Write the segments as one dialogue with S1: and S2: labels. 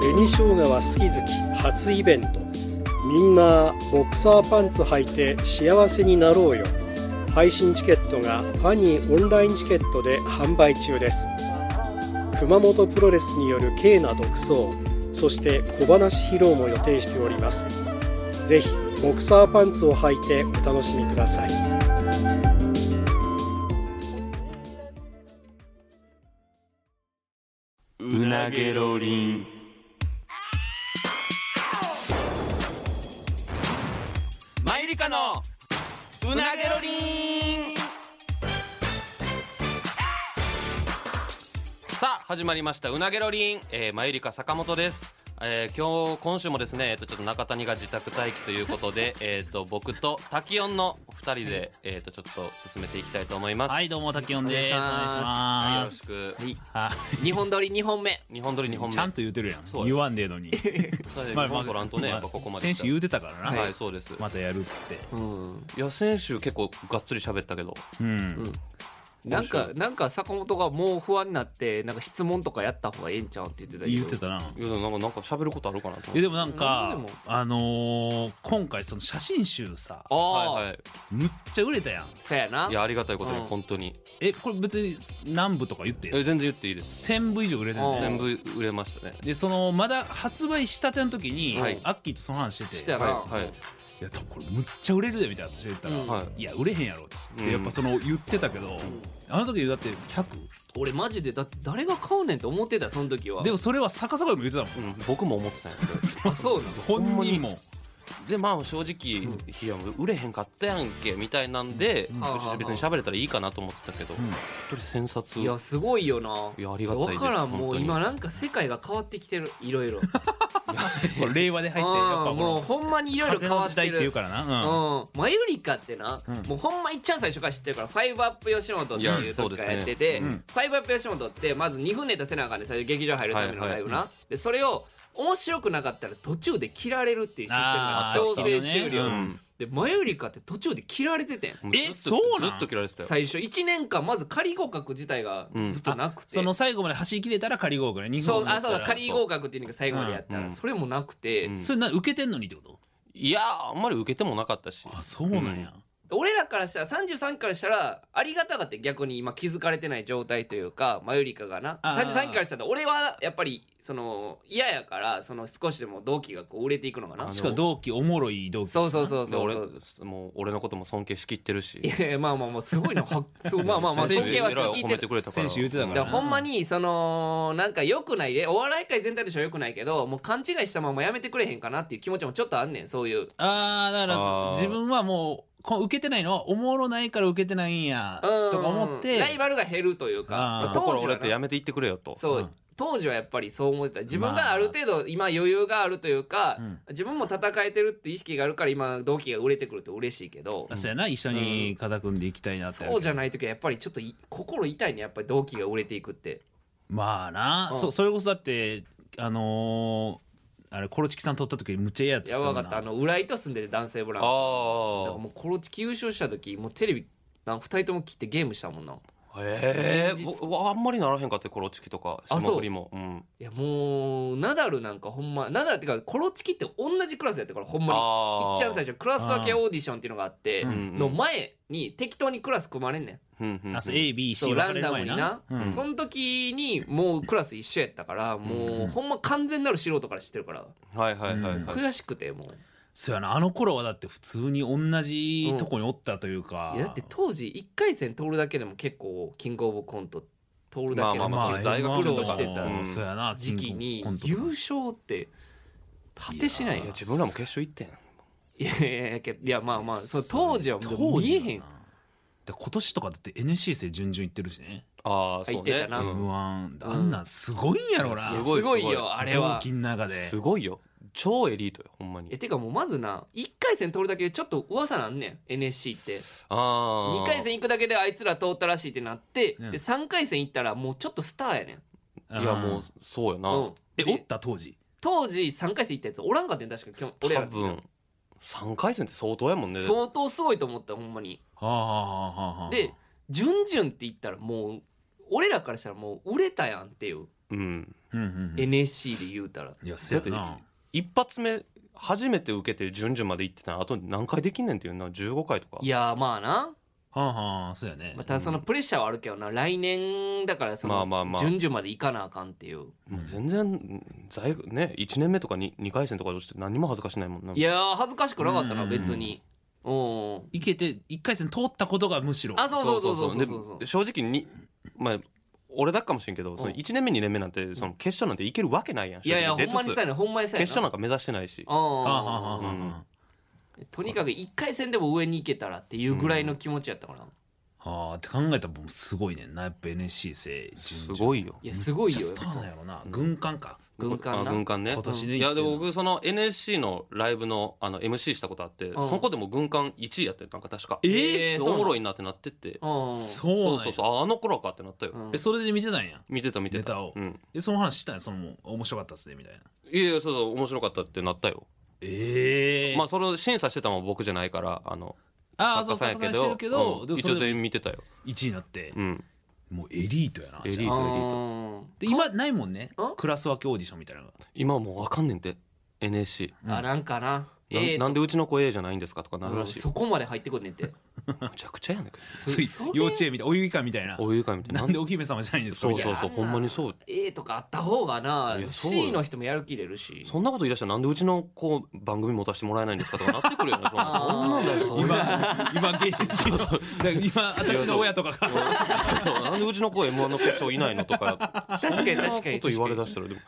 S1: 紅生姜は好き好き初イベントみんなボクサーパンツ履いて幸せになろうよ配信チケットがファニーオンラインチケットで販売中です熊本プロレスによる軽な独走そして小話披露も予定しておりますぜひボクサーパンツを履いてお楽しみください
S2: うなげろりんマユリカのうなげろりんさあ始まりましたうなげろりん、えー、マユリカ坂本ですえー、今日今週もですね、えっと、ちょっと中谷が自宅待機ということで、 えっと、僕と滝音の二人で、えっと、ちょっと進めていきたいと思います。
S3: はい、どうも、滝音です。お
S4: お
S3: 願
S4: 願
S3: い
S4: い
S3: し
S4: し
S2: はいよ
S3: ま
S2: ろし
S3: す。
S2: く。
S4: はい、
S3: は
S4: 二本撮り二本目。
S2: 日本撮り日本
S3: い、
S2: 目。
S3: ちゃんと言うてるやん
S2: そう。
S3: 言わんでええのに。
S2: そうです日本撮らんとね、やっぱここまで
S3: 選
S2: 来た
S3: 手言うてたからな。
S2: はい、そうです。
S3: またやるっつって。
S2: うん、いや選手結構がっつり喋ったけど
S3: うん。
S4: なんかなんか坂本がもう不安になってなんか質問とかやった方がええんちゃうんって言ってたけど。
S3: 言ってたな。
S2: いやでもなんかなんか喋ることあるかな
S3: え
S2: と思って
S3: でもなんか
S4: うんでも
S3: あのー今回その写真集さ
S4: ああ、
S2: はいはい。
S3: むっちゃ売れたやん
S4: そうやない
S2: やありがたいことに
S4: うん
S2: 本当に
S3: えこれ別に南部とか言って
S2: え全然言っていいです
S3: 1000部以上売れてる
S4: うん
S3: ね
S2: 全部売れましたね
S3: でそのまだ発売したての時に、
S2: はい
S3: アッキーとその話してて
S4: してたな。
S2: はいはい
S3: いや多分これむっちゃ売れるでみたいな私が言ったら、
S4: うん
S2: はい
S3: や売れへんやろって、
S2: うん
S3: やっぱその言ってたけど、あの時だって100
S4: 俺マジでだって誰が買うねんって思ってたよその時は。
S3: でもそれは逆さばも言ってたもん
S2: うん、僕も思ってたんやけど
S4: あそうなの。
S3: 本人も
S2: でまあ正直、いやもう売れへんかったやんけみたいなんで、
S3: うん
S2: 別に喋れたらいいかなと思ってたけど、
S3: ん
S2: 本当に1000冊
S4: いやすごいよな。
S2: いやありがたいです
S4: わからんも
S2: 本当
S4: う
S2: に
S4: 今なんか世界が変わってきてるいろいろ。あ
S3: これ令和で入ってやっぱ
S4: あ
S3: こ
S4: もう
S3: の
S4: ほんまにいろいろ
S3: 風
S4: 変
S3: の
S4: わっ
S3: 時
S4: て
S3: 代っていう
S4: る。
S3: からな、
S4: う
S3: うん
S4: ん、マユリカってな、
S3: うん
S4: もうほんまいっちゃん最初から知ってるから「ファイブアップ吉本」って
S2: い
S4: い
S2: や
S4: う
S2: そうで
S4: 時
S2: す
S4: か
S2: ね
S4: らやってて「
S3: うん
S4: ファイブアップ吉本」ってまず2分ネタせなあかんで、最初劇場入るためのライブな、でそれを面白くなかったら途中で切られるっていうシステムが
S3: あー
S4: 強制終了、
S3: う
S2: うんん
S4: でマユリカって途中で切られててん
S2: もずっと
S3: えそうなん
S2: ずっと切られてたよ
S4: 最初1年間まず仮合格自体がずっとなくて、
S3: その最後まで走り切れたら仮合格ね日
S4: そう
S3: 本
S4: あそうだ
S3: 仮
S4: 仮合格っていうのが最後までやったら、
S2: うん
S4: それもなくて、
S2: うん
S3: それな受けてんのにってこと
S2: いやあんまり受けてもなかったし
S3: あそうなんや、
S4: 俺らからしたら33からしたらありがたがって逆に今気づかれてない状態というかマユリカがな
S3: あー
S4: 33からしたら俺はやっぱりその嫌やからその少しでも同期がこう売れていくのかな
S2: あ
S3: しかも同期おもろい同期
S4: そうそうそう
S2: で
S4: そう
S2: 俺
S4: そう
S2: もう俺のことも尊敬しきってるし
S4: いやいやまあまあまあすごいなはそうまあまあ まあ
S2: 先
S4: 尊
S2: 生
S4: 敬はしき
S2: 褒
S4: って
S2: め
S4: る
S2: てくれたから
S3: 先生言ってたか
S4: だ
S3: ら
S4: からほんまにそのなんか良くないでお笑い界全体としては良くないけどもう勘違いしたままやめてくれへんかなっていう気持ちもちょっとあんねんそういう
S3: ああだから
S2: あー
S3: 自分はもうこう受けてないのはおもろないから受けてないんや
S4: うん
S3: とか思って
S4: ライバルが減るというか
S3: あー
S4: まあ
S2: 心
S4: 当時
S2: 折
S4: は
S2: れ
S4: な
S2: てやめていってくれよと
S4: そう、
S3: うん
S4: 当時はやっぱりそう思ってた自分
S3: まあ
S4: がある程度今余裕があるというか、
S3: うん
S4: 自分も戦えてるって意識があるから今同期が売れてくると嬉しいけど、
S3: あそうやな一緒に肩組んでいきたいなって、
S4: そうじゃない時はやっぱりちょっとい心痛いねやっぱり同期が売れていくって
S3: まあな、
S4: うん
S3: そそれこそだってあのーあれコロチキさん撮った時にむっちゃ嫌やって
S4: やばかったあ
S3: の
S4: の浦井と住んでて男性ブランコだから
S2: あ
S4: もうコロチキ優勝した時もうテレビなん2人とも切ってゲームしたもんな
S2: あへえ僕はあんまりならへんかったよコロチキとか
S4: あそう
S2: 霜降りもうん
S4: いやもうナダルなんかほんまナダルってかコロチキって同じクラスやったからほんまに
S2: あー
S4: いっちゃん最初クラス分けオーディションっていうのがあって
S3: うん
S4: の前に適当にクラス組まれんねん
S2: うんうんうん
S3: あそう ABC
S4: そう
S3: 分
S4: ラ
S3: かれる
S4: ンダム
S3: 前
S4: に
S3: な
S4: な、
S3: うん
S4: その時にもうクラス一緒やったからもうほんま完全なる素人から知ってるから
S2: はいはいはいはい
S4: 悔しくてもう
S3: そうやなあの頃はだって普通に同じとこにおったというか、
S4: いやだって当時1回戦通るだけでも結構キングオブコント通るだけでも
S2: まあまあ
S4: 結構
S2: 大学
S4: 苦労
S2: とか
S4: して
S2: うん
S4: た
S3: そうやな
S4: 時期に
S3: コントと
S4: 優
S3: か
S4: 勝って果てしない
S2: いや
S4: よ
S2: 自分らも決勝行ってん
S4: いやいやいやけどいやまあまあそう当時はもう見えへ
S3: 当
S4: ん
S3: 時やなで今年とかだって NC 生準々行ってるしね、
S2: ああそう
S4: 入って
S2: ね
S4: たな
S2: うん
S3: M1 あんなんすごいんやろな、
S2: うん
S4: す
S2: すご
S4: ご
S2: い
S4: い
S2: すごい
S4: よあれは
S3: 同期の中です
S2: ごいよ超エリートよほんま
S4: え
S2: に
S4: てかもうまずな1回戦通るだけでちょっと噂なんねん NSC って
S2: ああ
S4: 2回戦行くだけであいつら通ったらしいってなって、
S3: うん
S4: で3回戦行ったらもうちょっとスターやねん、
S3: うん
S2: いやもうそうよな
S4: うん、
S3: え
S4: で
S3: おった当時
S4: 当時3回戦行ったやつおらんかったん確か今日俺
S2: 多
S4: ら
S2: 分3回戦って相当やもんね
S4: 相当すごいと思ったほんまに
S3: はあはあはあはあ
S4: で「準々」って言ったらもう俺らからしたらもう売れたやんっていう
S2: うん、
S3: うんうんうん
S4: NSC で言うたら
S3: いやせやな
S2: 一発目初めて受けて順々まで行ってたらあと何回できんねんっていうな15回とか
S4: いやーまあな、
S3: はあはあそうやね、
S4: まあ、ただそのプレッシャーはあるけどな来年だからそ
S2: ま
S4: の
S2: あまあまあ
S4: 順々までいかなあかんっていう
S2: もう全然在学ね1年目とかに2回戦とかで落ちて何も恥ずかしないもんない
S4: やー恥ずかしくなかったな
S3: うん
S4: 別にうん
S3: いけて一回戦通ったことがむしろ
S4: あそうそうそうそうそうそうそう
S2: で正直にまあ俺だけかもしれんけどその1年目2年目なんてその決勝なんていけるわけないやん
S4: いやいやほ
S2: 正
S4: んま
S2: 直
S4: に
S2: 出つ
S4: さやなほんまにさやな
S2: 決勝なんか目指してないし
S3: はあはあ
S4: あ
S3: はあは
S2: うん
S3: あ
S4: あとにかく1回戦でも上に行けたらっていうぐらいの気持ちやったから、
S3: はあって考えたらもうすごいねんなやっぱ NSC 生
S2: すご
S3: い
S2: いよ
S4: いやすごい
S3: じゃ
S4: よ
S3: スターなんやろな軍艦か
S4: 軍艦
S2: あ
S4: な
S2: 軍艦ね
S3: 今年で
S2: い
S3: 行って
S2: やで
S3: んの
S2: 僕その NSC のライブのあの MC したことあって
S4: ん
S2: そこでも軍艦1位やってなんか確か
S4: え
S2: で
S4: えそうなの
S2: おもろいなってなってて
S4: う
S3: そう
S4: ん
S2: そ
S3: なん
S2: うそう
S3: や
S2: そうああの頃かってなったよ
S4: うん
S3: えそれで見てたんや
S2: 見てた見て
S3: ネ
S2: た
S3: タを
S2: うん
S3: えその話したんやその面白かったっすねみたいない
S2: やいやそうそう面白かったってなったよ
S3: ええ
S2: まあそれを審査してたのは僕じゃないからあの
S3: ああ
S2: 作
S3: そ
S2: 家
S3: う
S2: さん
S3: 作
S2: や
S3: 家さんしてるけ
S2: けど
S3: ど、
S2: うん
S3: でも
S2: 一
S3: そ
S2: 応
S3: れで
S2: 全員見てたよ
S3: 1位になって
S2: うん
S3: もうエリートやな
S2: エリー
S3: じゃあ
S2: トエリート
S4: ー
S3: で今ないもんね
S4: ん
S3: クラス分けオーディションみたいなのが
S2: 今もう分かんねんて NSC
S4: あなんかな
S2: な
S4: ええ
S2: なんでうちの子 A じゃないんですかとかなるらしい
S4: そこまで入ってこね んて
S2: むちゃくちゃやねんけど
S3: つい
S4: それ
S3: 幼稚園みたいなお遊戯会みたい な
S2: お湯会みたいな
S3: なんでお姫様じゃないんですか
S2: そ
S3: み
S2: う
S3: たい
S2: そ
S3: な
S2: うそうほんまにそう
S4: A とかあった方がない
S2: やそうよ
S4: C の人もやる気出るし
S2: そんなこと言い出したらなんでうちの子番組持たせてもらえないんですかとかなってくるよねそんな
S4: あー
S2: そんなんだよそういう
S3: 今今現役のだから今私の親とかが
S2: そうなんでうちの子 M1 の決勝いないのとか
S4: 確かに確か
S2: そんな
S4: に
S2: こと言われだしたらでも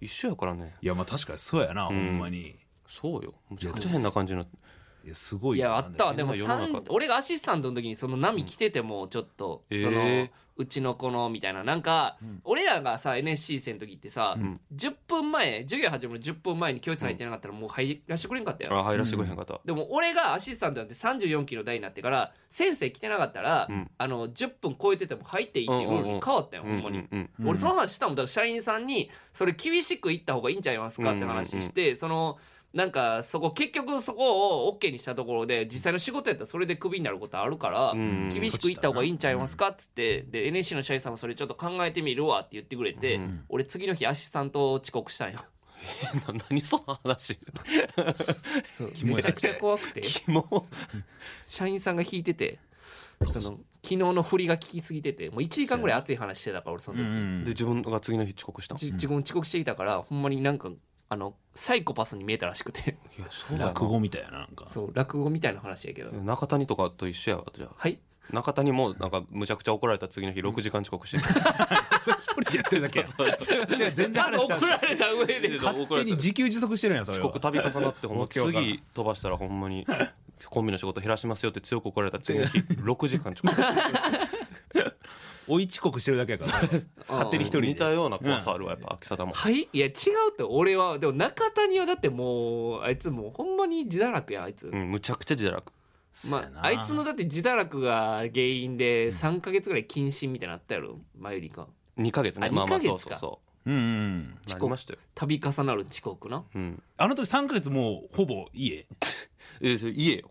S2: 一緒やからね
S3: いやまあ確かにそうやな、ほんまに
S2: そうよむちゃくちゃ変な感じになって
S3: いやすごい
S4: いやあったわでも
S2: 世の中
S4: 三俺がアシスタントの時にその波来ててもちょっと、
S2: うん
S4: その
S2: えー
S4: うちの子のみたいななんか、俺らがさ NSC 生の時ってさ、
S2: ん
S4: 10分前授業始まる10分前に教室入ってなかったらもう入らしてくれんかったよ、
S2: あ入らせてくれへんかった
S4: でも俺がアシスタントになって34期の代になってから先生来てなかったら、
S2: うん
S4: あの10分超えてても入っていいっていうルールに変わったよ、
S2: うん
S4: ほ
S2: うん
S4: まに。
S2: んうん
S3: うん
S4: 俺その話したもんだから社員さんにそれ厳しく言った方がいいんちゃいますかって話して、そのなんかそこ結局そこを OK にしたところで実際の仕事やったらそれでクビになることあるから、
S2: うん
S4: 厳しく言った方がいいんちゃいますかっつって、で NSC の社員さんもそれちょっと考えてみるわって言ってくれて、
S2: うん
S4: 俺次の日アシスタント遅刻したんよ
S2: な何その話
S3: キモ
S4: め
S3: い
S4: ちゃくちゃ
S3: 話
S4: 怖くて
S2: キモ
S4: 社員さんが引いててその昨日の振りが聞きすぎててもう1時間ぐらい熱い話してたから俺その
S3: う
S4: 時。
S2: で
S3: ん
S2: 自分が次の日遅刻 したの
S4: じ自分遅刻してきたからほんまになんかあのサイコパスに見えたらしくて
S2: いやそうだよ
S3: 落語みたいななんか
S4: そう落語みたいな話やけど、
S2: な中谷とかと一緒やわじゃあ
S4: はい
S2: 中谷もなんかむちゃくちゃ怒られた次の日6時間遅刻して た
S3: それ一人でやってるだけや違う全然
S4: まず
S3: 話しちゃう
S4: 怒られた上で
S2: 勝
S3: 勝手に自給自足してるんやそれ
S2: 遅
S3: は
S2: 刻度重なってほんま
S3: わけわからん
S2: 次飛ばしたらほんま にコンビの仕事減らしますよって強く怒られた次の日6時間遅刻
S3: 追い遅刻してるだけやからそれは勝手に一人で
S2: 似たような怖さあるわやっぱ秋貞も
S4: はいいや違うって俺はでも中谷はだってもうあいつもうほんまに自堕落やあいつ、
S2: うんむちゃくちゃ自堕落
S3: そう
S4: ま
S3: やな
S4: あ、あいつのだって自堕落が原因で3か月ぐらい謹慎みたいなのあったやろ前よりか
S2: 2ヶ月ね
S4: あ
S2: まあまあ
S4: 二ヶ
S2: そう
S4: 月
S2: そ
S4: か
S2: うそ
S3: うんうん
S2: うなりましたよ
S4: 度重なる遅刻な
S2: うん
S3: あの時3ヶ月もうほぼ家
S2: えそれ家よ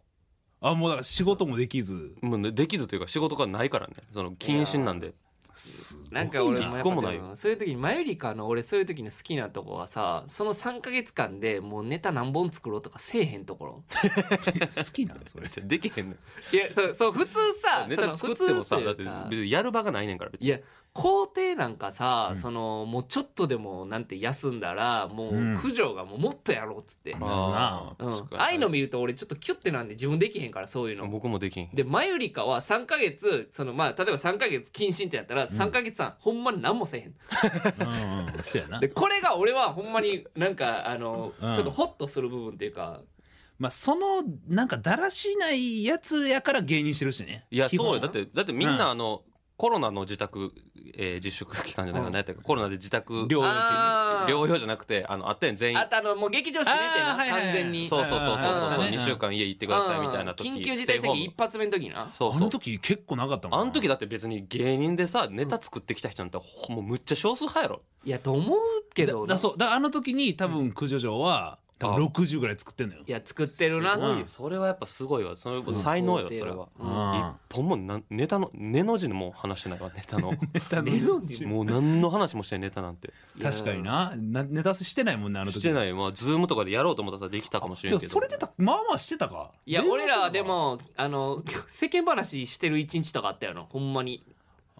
S3: あもうだから仕事もできず
S2: もうねできずというか仕事がないからねその謹慎 なんです
S3: ごい
S4: なんか俺もや
S2: 一
S4: っぱ
S2: 個
S4: で
S2: もない
S4: もそういう時にマユリカの俺そういう時に好きなとこはさその3か月間でもうネタ何本作ろうとかせえへんところ
S3: 好きなんそれ
S2: じゃできへんねん
S4: いや そうそう普通さ
S2: ネ
S4: そ
S2: タ
S4: の
S2: 作ってもさだ
S4: 普
S2: っ
S4: 通
S2: て
S4: いうか
S2: 別にやる場がないねんから別
S4: い
S2: に
S4: や工程なんかさ、そのもうちょっとでもなんて休んだらもう
S3: うん
S4: 九条がもうもっとやろうっつって、うん
S3: まあ
S2: ー確かに
S4: ああいうの見ると俺ちょっとキュッてなんで自分できへんからそういうの
S2: 僕もできん
S4: で前よりかは3か月そのまあ例えば3か月謹慎ってやったら3か月間ほんまに何もせえへん、
S3: うんうんそうやな
S4: でこれが俺はほんまになんかあの、
S3: うん
S4: ちょっとホッとする部分っていうか
S3: まあそのなんかだらしないやつやから芸人してるしね
S2: いや
S3: 基
S2: そう
S3: 本
S2: よだってだってみん
S3: うん
S2: なあの、コロナの自宅、えー自粛期間じゃないか
S4: う
S2: な、
S4: ん
S2: 何やったっけコロナで自宅
S3: 両方のうちに
S4: あー
S2: 療養じゃなくてあのあったやん全員
S4: あとあのもう劇場閉めてな
S3: あーはいはいはい
S4: 完全に
S2: そうそうそうそう
S4: あー
S2: そう
S4: ね
S2: 2週間家行ってくださいみたいな時
S4: 緊急事態
S2: ステイホー
S4: 宣言
S2: ム
S4: 一発目の時な
S2: そうそう
S3: あの時結構なかったもんな
S2: あの時だって別に芸人でさネタ作ってきた人なんてほもうむっちゃ少数派やろ
S4: いやと思うけ
S3: だ
S4: どな
S3: だそうだあの時に多分九条城は多分60ぐらい作ってんのよ
S4: いや作ってるな
S2: すごいよそれはやっぱすごいわその
S4: ごい
S2: 才能よそれは
S4: う
S2: 一本もなネタの根の字も話してないわネタの
S4: メロンジ
S2: もう何の話もしてないネタなんて
S3: 確かにななネタしてないもんねあの時
S2: してないよまあズームとかでやろうと思ったらできたかもしれ
S3: で
S2: ん
S3: も
S2: けど
S3: それでたまあまあしてたか
S4: いや
S3: 電話
S4: 俺
S3: してた
S4: ら
S3: か
S4: はでもあの 世間話してる一日とかあったよなほんまに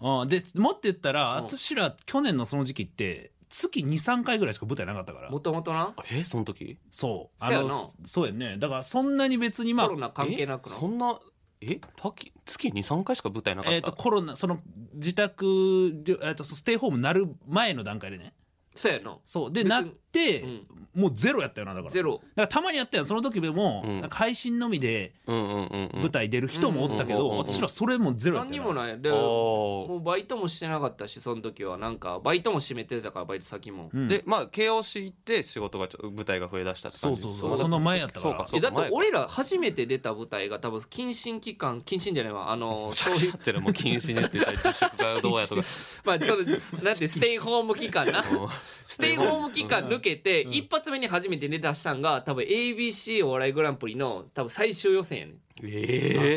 S3: うんでもっと言ったら
S4: うん
S3: 私ら去年のその時期って月23回ぐらいしか舞台なかったから
S4: もともとな
S2: えその時
S3: そう
S4: そうやな
S3: そそうやんねだからそんなに別にまあ
S4: コロナ関係なく
S2: え
S4: な
S2: そんなえ滝月23回しか舞台なかった
S3: えっとコロナその自宅りょ、えー、とステイホームなる前の段階でね
S4: そうやな
S3: そうで
S4: 別に
S3: なって、
S4: うん
S3: もうゼロやったよなだから
S4: ゼ
S3: だ
S4: ロ
S3: からたまにやったよその時でも、
S2: うん
S3: なんか配信のみで
S2: うんうんうんうん
S3: 舞台出る人もおったけど、
S2: うんうんうんうん
S3: 私らそれもゼロやっ
S4: 何
S3: た
S4: に
S3: よ
S4: もないで
S2: あ
S4: も
S2: ー
S4: うバイトもしてなかったしその時はなんかバイトも閉めてたからバイト先も
S3: うん
S2: でまあ KOC 行って仕事がちょ舞台が増えだしたって
S3: そ
S2: 感
S3: う
S2: じ
S3: そうそうその前やったから
S2: そうかそ
S4: え
S2: う
S4: だ
S2: か
S4: って俺ら初めて出た舞台が多分謹慎期間謹慎じゃないわ あのそ
S2: そ
S4: う
S2: う
S4: い
S2: し
S4: う
S2: ってるもう禁止ねって言ったり自粛がどうやとか
S4: まあそのなん てステイホーム期間な
S2: うん
S4: ステイホーム期間抜けて一発目に初めてネタしたんが多分 ABC お笑いグランプリの多分最終予選やねん
S2: え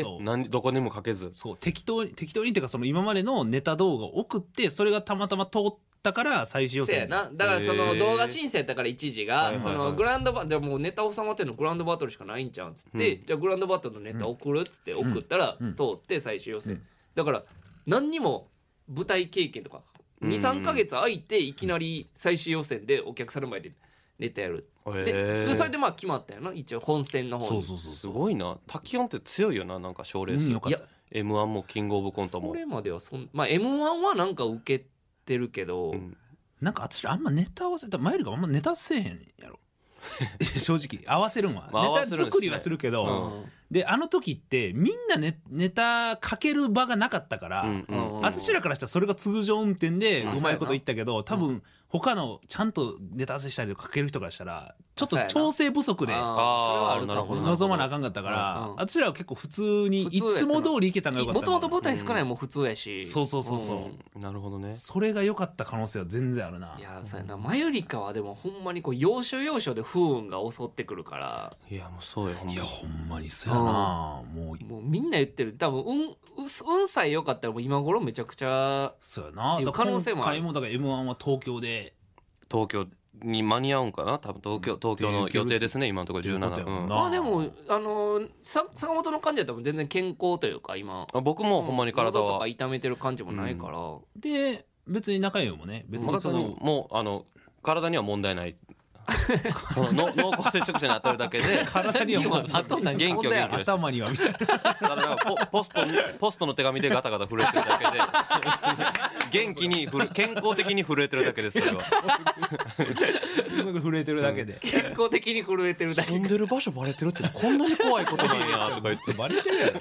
S2: え
S3: あそう
S2: 何どこにもかけず
S3: そう適当に適当にっていうかその今までのネタ動画を送ってそれがたまたま通ったから最終予
S4: そう
S3: 選
S4: やなだからその
S2: へー
S4: 動画申請やったから一時
S2: はい
S4: が
S2: はい
S4: そ
S2: はい
S4: のグランドバでもうネタ収まってるのグランドバトルしかないんちゃうんつって、
S2: う
S4: じゃあグランドバトルのネタ送るっつって送ったら
S3: うん
S4: 通って最終予選、
S3: うん
S4: だから何にも舞台経験とか
S2: うん
S4: 23か月空いていきなり最終予選でお客さんの前でネタやるで、
S2: え
S4: それそれ
S2: え
S4: でまあ決まったよな一応本戦の方に
S3: そうそうそう
S2: す
S3: そう
S2: ごいな滝音って強いよななんか賞レ
S3: うんよ
S2: ース
S3: かった
S4: い
S2: m 1もキングオブコント
S4: そ
S2: も
S4: れまではそんまあ m 1はなんか受けてるけど、
S2: うん
S3: なんか私らあんまネタ合わせた前よりかあんまネタせえへん やろ正直合わせるんは、
S2: まあ合わせ
S3: ネタ
S2: るんですね
S3: 作りはするけど、
S2: うん
S3: であの時ってみんなネネタかける場がなかったから、
S2: うんうん
S4: うん
S3: 私らからしたらそれが通常運転で
S4: うん
S3: うまいこと言ったけど、多分他のちゃんとネタ合わせしたりとかかける人からしたらちょっと調整不足で
S4: あーそれはあるかも
S2: なるほどなるほど
S3: 望まなあかんかったから、
S4: うんうん
S3: 私らは結構普通にいつも通りいけたのがよかっ
S4: も
S3: た
S4: ともと
S3: も
S4: 舞台少ないもん普通やし、
S3: そうそうそうそう、
S4: うん
S2: なるほどね
S3: それが良かった可能性は全然あるない
S4: やそうやなマユリカはでもほんまにこう要所要所で不運が襲ってくるから
S2: いやもうそうよほんま
S3: いやほんまにそうやな、もう
S4: もうみんな言ってる多分運運さえ良かったらもう今頃めちゃくちゃ
S3: そうやな
S4: っていう可能性もある
S3: 買い物だから m 1は東京で
S2: 東京に間に合うんかな多分東京東京の予定ですね今のところ
S3: っていうことやも
S2: 17
S3: ん
S2: うん
S3: な
S4: まあでもあのさ坂本の感じだったら全然健康というか今
S2: あ僕もほんまに体
S4: 喉と
S2: は
S4: か痛めてる感じもないから、
S3: で別に仲良いもね別に
S2: まさ
S3: そ
S2: に
S3: の
S2: もうあの体には問題ない そのの濃厚接触者に当たるだけ で
S3: 体にはもう
S2: あと元気よ元気よ
S3: 頭にはみたいな
S2: 体がポポストにポストの手紙でガタガタ震えてるだ けで元気にふる健康的に震えてるだけですそれは
S3: 震えてるだけで、
S4: 健康的に震えてるだけ
S2: 飛んでる場所バレてるってこんなに怖いことなんやとか言っ
S3: ちょっとバレてるやろ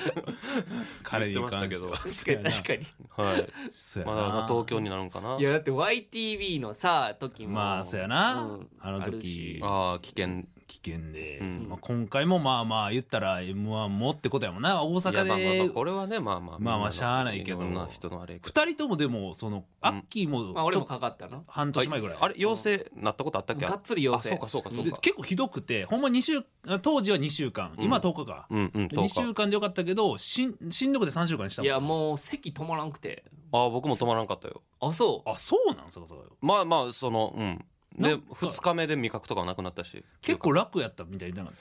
S3: 彼に
S2: 言ってました
S3: 関
S2: け
S3: して
S2: ど
S3: は
S4: 確かに確かに
S2: てはい
S3: そうや
S2: ま
S3: な
S2: だまだ東京になるんかない
S4: やだって YTV のさ時も
S3: まあそうやな、
S4: うん
S3: あの
S4: あるし
S3: 時
S2: ああ危険
S3: 危険で、
S2: うん
S3: まあ、今回もまあまあ言ったら m 1もってことやもんな大
S2: いやまあまあま
S3: 阪
S2: あ
S3: で
S2: これはねまあまあ
S3: まあまあしゃあないけど
S2: ろんな人のあれやけど
S3: 二人ともでもそのアッキーも
S4: まあ俺
S3: ちょ
S4: も
S3: っと
S4: かかったな
S3: 半年前ぐらい、
S2: あれ陽性なったことあったっけ
S4: がっつり陽
S2: あ
S4: 性
S2: そうかそうかそう
S3: で
S2: か
S3: 結構ひどくてほんま2週当時は2週間今
S2: うん
S3: 10日か、
S2: うんうん
S3: で
S2: 10
S3: 2
S2: 日
S3: 週間でよかったけどしんしんどくて3週間にしたも
S4: い
S3: ん
S4: やもう席止まらんくて
S2: ああ僕も止まらんかったよ
S4: あそう
S3: あそうなんすかそう
S2: まあまあそのうんで
S3: なんか
S2: 2日目で味覚とかもなくなったし
S3: 結構楽やったみたいじゃなかっ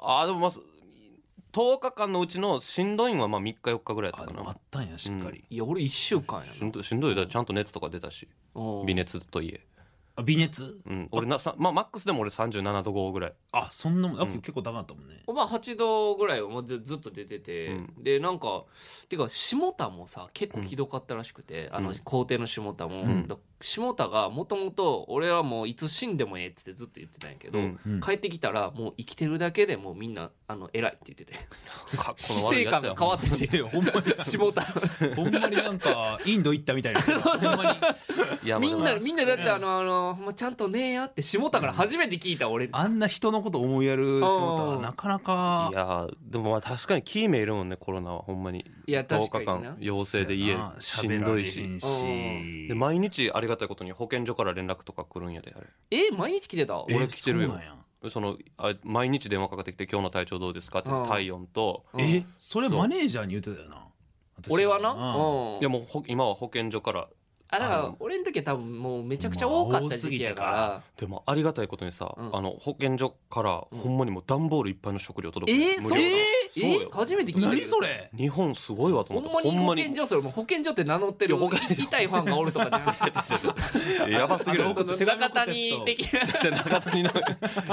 S2: ああでもまあ10日間のうちのしんどいんはまあ3日4日ぐらい
S3: た
S2: だ
S3: あ
S2: った
S3: で
S2: か
S3: もあ
S2: な
S3: ったんやしっかり、
S4: いや俺1週間や
S2: し
S4: なん
S2: どいしんどいだからちゃんと熱とか出たし
S4: うん
S2: 微熱といえ
S3: あ微熱
S2: うん俺なさまあマックスでも俺37度5ぐらい
S3: あそんなもんあ
S2: うん
S3: 結構高かったもんね、
S4: まあ8度ぐらいはもうずずっと出てて、
S2: うん
S4: でなんかてか下田もさ結構ひどかったらしくて、あ
S2: う
S4: の
S2: ん
S4: 皇帝の下田も、
S2: うん
S4: だ下田がもともと俺はもういつ死んでもええっつってずっと言ってたんやけど、
S2: うん
S3: うん
S4: 帰ってきたらもう生きてるだけでもうみんなあの偉いって言ってて
S2: かっこの
S4: 姿
S2: 悪い
S4: 勢
S2: や
S4: 感
S2: つや
S4: が変わってて
S3: ほんま
S4: 下田
S3: にほんまになんかインド行ったみたいなほんまに
S2: いやまあ
S4: み
S2: でも
S4: んなみんなだってあのあのほんまちゃんとねえやって下田から初めて聞いた俺
S3: あんな人のこと思いやる仕事はなかなか
S2: いやでもまあ確かにキーメいるもんねコロナはほんまに
S4: いや
S2: 10
S4: 確か
S2: 日
S4: にな
S2: 間陽性で家しんどいし
S4: う
S2: で毎日ありがたいことに保健所から連絡とか来るんやであれ
S4: え毎日来てた
S2: 俺来てるよ
S3: そうなんや
S2: そのあ毎日電話かかってきて「今日の体調どうですか?」って
S4: うん
S2: 体温と、
S4: うん
S3: えそれ
S2: そう
S3: マネージャーに言ってたよな私
S4: 俺はな、
S3: うん
S4: うん
S2: いやもうほ今は保健所から
S4: あだか
S2: あ
S4: ら
S2: の
S4: 俺の時は多分もうめちゃくちゃ多かった時期やから、
S3: ま
S2: でもありがたいことにさ、
S4: うん
S2: あの保健所から
S4: うん
S2: ほんまにもう段ボールいっぱいの食料届
S4: え
S2: くね、
S4: ー、
S2: 無
S4: そ
S2: 料
S4: れ
S2: の
S4: え
S2: そうよ
S4: 初めて聞いたけど
S3: 何それ
S2: 日本すごいわと
S4: ほ
S2: 思
S4: ん
S2: った
S4: まに保健所それもう保健所って名乗ってる
S2: いや保健所
S4: 痛いファンがおるとかじゃなくて
S2: いややばすぎる
S3: あ の
S4: その
S3: 手紙
S4: 中
S3: 送ったやつと
S4: 谷的な
S2: じゃあ中谷の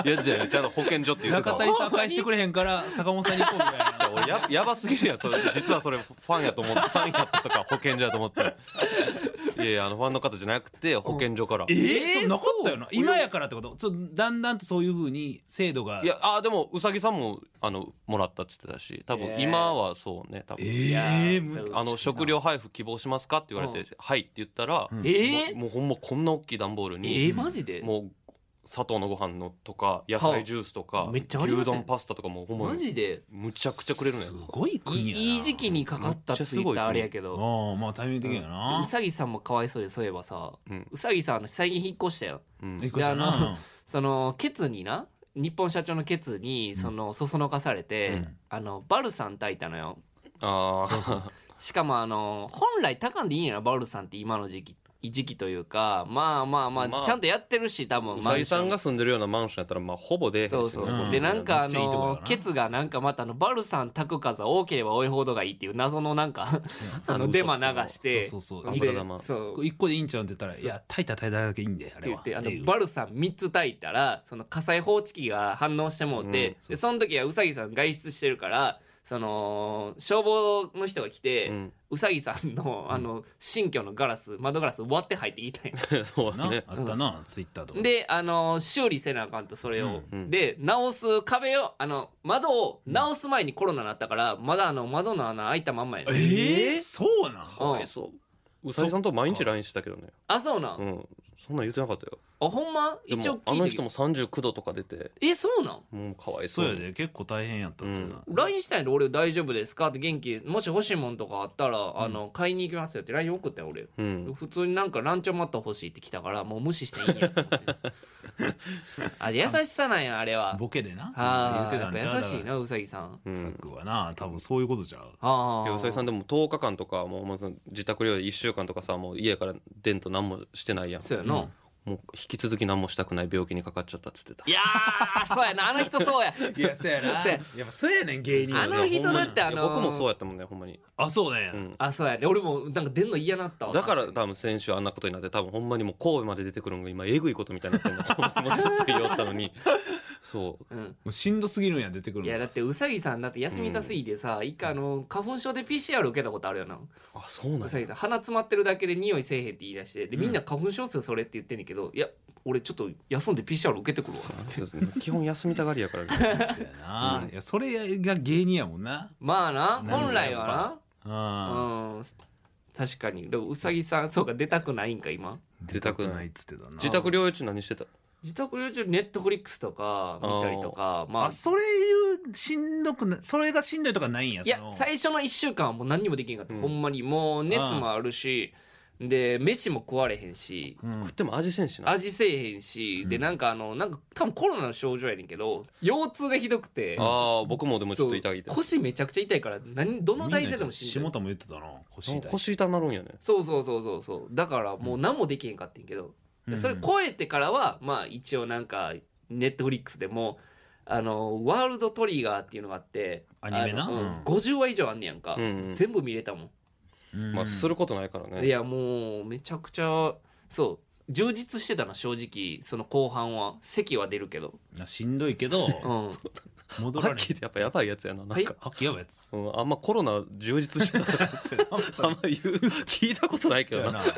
S2: いやじゃあちゃんと保健所って言ってた
S3: 中
S2: わ
S3: 谷さん返してくれへんから坂本さんに行こうみ たいな
S2: 俺ややばすぎるやんそれ実はそれファンやと思ってファンやったとか保健所やと思っていやいやあのファンの方じゃなくて保健所から、
S3: え
S2: い
S3: ー、そうなかったよな
S4: そう
S3: 今やからってことちょだんだんとそういうふうに制度が
S2: やあでもうさぎさんもあのもらったって言ってたし多分
S4: えー
S2: 今はそうね多分、
S3: え
S4: い
S3: え
S4: や
S3: む
S4: そう
S2: あの食料配布希望しますかって言われて、
S4: うん
S2: はいって言ったら、
S3: うん
S4: えー、
S2: もうもうほんまこんな大きい段ボール
S4: え
S2: に、
S4: ー、マジで
S2: もう砂糖のご飯のとか野菜ジュースとか、
S4: はあめっちゃありがたい
S2: 牛丼パスタとかもうほんま
S4: マ
S2: に
S4: ジで
S2: むちゃくちゃくれるの
S3: す
S2: よ
S3: ごい
S4: い
S3: 国やない
S4: い時期にかかったって言ったらあれやけど
S3: ああまあタイミング的や
S4: うんう
S3: な
S4: さぎさんもかわいそうでそういえばさ
S2: うん
S4: うさぎさんあの最近引っ越したよ
S2: うん
S3: 一個した
S4: いや
S3: な
S4: そのケツにな日本社長のケツにそのそそのかされて、
S3: うん
S4: あのバルさん炊いたのよ
S2: ああ
S3: そうそうそ
S4: しかもあの本来高んでいいんやなバルさんって今の時期時期というかまあまあま
S2: ま
S4: あ
S2: あ
S4: ちゃんとやってるし多分
S2: うさぎさん
S4: マ
S2: が
S4: ンシ
S2: 住んでるようなマンションやったらまあほぼ出えへんし
S4: ョンそうそう、
S3: うん
S4: でなんかあ
S3: めっちゃいいとこだ
S4: の
S3: な
S4: ケツがなんかまたあのバルさん炊く数は多ければ多いほどがいいっていう謎のな んか そのデマ流して
S3: そうそうそう
S4: で
S2: 油玉
S4: そう
S3: 一個でいいんちゃうんって言ったら「いや炊いた炊いただけいいんであ
S4: っ
S3: れ
S4: て言
S3: は」
S4: ってあ
S3: ってい
S4: の
S3: う
S4: バルさん3つ炊いたらその火災報知器が反応してもうて、
S2: うん
S4: でその時はうさぎさん外出してるからその消防の人が来て、
S2: う
S4: うんさぎさんのあの新居のガラス窓ガラス割って入ってきたん や
S2: そうだ
S3: な
S2: ね
S3: あったなツイッターとか
S4: であの修理せなあかんとそれを、
S2: うんうん
S4: で直す壁をあの窓を直す前にコロナになったから、まだあの窓の穴開いたまんまやねん
S3: ええそうなん
S2: かわいそううさぎさんと毎日 LINE してたけどね
S4: あそうなん、
S2: う
S4: あ
S2: んそんなん言ってなかったよ
S4: ほんま
S2: で
S4: 一応
S2: もあの
S4: 聞いて
S2: 人も39度とか出て
S4: えそうなん
S2: もうかわいそ
S3: そううやで結構大変やったっつうな
S4: LINE したんやろ俺大丈夫ですかって元気もし欲しいもんとかあったら、あの買いに行きますよって LINE 送ったよ俺、
S2: うん
S4: 普通になんかランチョンマット欲しいって来たからもう無視していいんや と思ってあ優しさなんやあれは
S3: ボケでな
S4: は
S3: 言
S4: い
S3: ってた
S4: やっ
S3: んちゃう
S4: ぱ優しいなうさぎさん
S2: う
S3: さっ
S2: ん
S3: くはな多分そういうことじゃう
S4: あ
S2: いやうさぎさん
S4: で
S2: でも10日間とかもうほんまその自宅療養1週間とかさもう家から出んと何もしてないやん
S4: そうやな、
S2: もう引き続き何もしたくない病気にかかっちゃったっつってた
S4: いやーそうやなあの人そうや
S3: いやそうやな
S4: そうや
S3: やっぱそうやねん芸
S4: あの人だってあ
S2: い
S4: の
S2: や僕もそうやったもんねほんまに
S3: あそうね
S2: うん
S4: あそうやね俺もなんか出んの嫌なったわ
S2: だから多分先週あんなことになって多分ほんまにもう神戸まで出てくるのが今えぐいことみたいになってるのもうずっと言おったのにそう
S4: うん
S3: もうしんどすぎるんや出てくるの
S4: いやだってうさぎさんだって休みたすぎてさ、一回あの花粉症で PCR 受けたことあるよな
S2: あそうなんや
S4: うさぎさん鼻詰まってるだけで匂いせえへんって言い出してでみんな花粉症っすよそれって言ってんねんけど、いや俺ちょっと休んで PCR 受けてくるわっつって
S2: そうですね基本休みたがりやからね
S3: そうやな、いやそれが芸人やもんな
S4: まあな
S3: なんだ
S4: 本来はな
S3: あ
S4: うん確かにでもうさぎさんそうか出たくないんか今
S3: ー
S2: 出たくない
S3: っつってたな
S2: 自宅療養中何してた
S4: 自宅療養中ネットフリックスとか見たりとかまあ
S3: あそれいうしんどくないそれがしんどいとかないんや
S4: いや
S3: その
S4: 最初の1週間はもう何にもできんかった、
S2: うん
S4: ほんまにもう熱もあるしで飯も食われへんし
S3: うん
S2: 食っても味せんしな
S4: 味せえへんし、で
S3: うん
S4: なんかあのなんか多分コロナの症状やねんけど腰痛がひどくて
S2: あー僕もでもちょっと痛い
S4: そう腰めちゃくちゃ痛いから何どの体勢でもしん
S3: 下
S4: どい
S3: 田も言ってたな腰痛い
S2: 腰痛なるんやね
S4: そうそうそうそうそうだからもう何もできへんかってんけど、
S3: うん
S4: それ超えてからはまあ一応なんかネットフリックスでもあのワールドトリガーっていうのがあって
S3: アニメな
S4: あのうん
S3: うん
S4: 50話以上あんねやんか、
S2: うんうん
S4: 全部見れたもん
S3: うん
S2: まあすることないから
S4: い
S2: ね
S4: やもうめちゃくちゃそう充実してたな正直その後半は席は出るけど、
S3: なしんどいけど
S4: うん、
S3: 戻
S2: は
S3: ら
S2: っ
S3: れ
S2: きり言ってやっぱやばいやつやななん
S4: はい
S2: か
S3: はっきりやばいやつ
S2: うんあんまコロナ充実してた とかって あんま言う聞いたことないけ
S3: そう
S2: ど
S3: や
S2: な
S3: な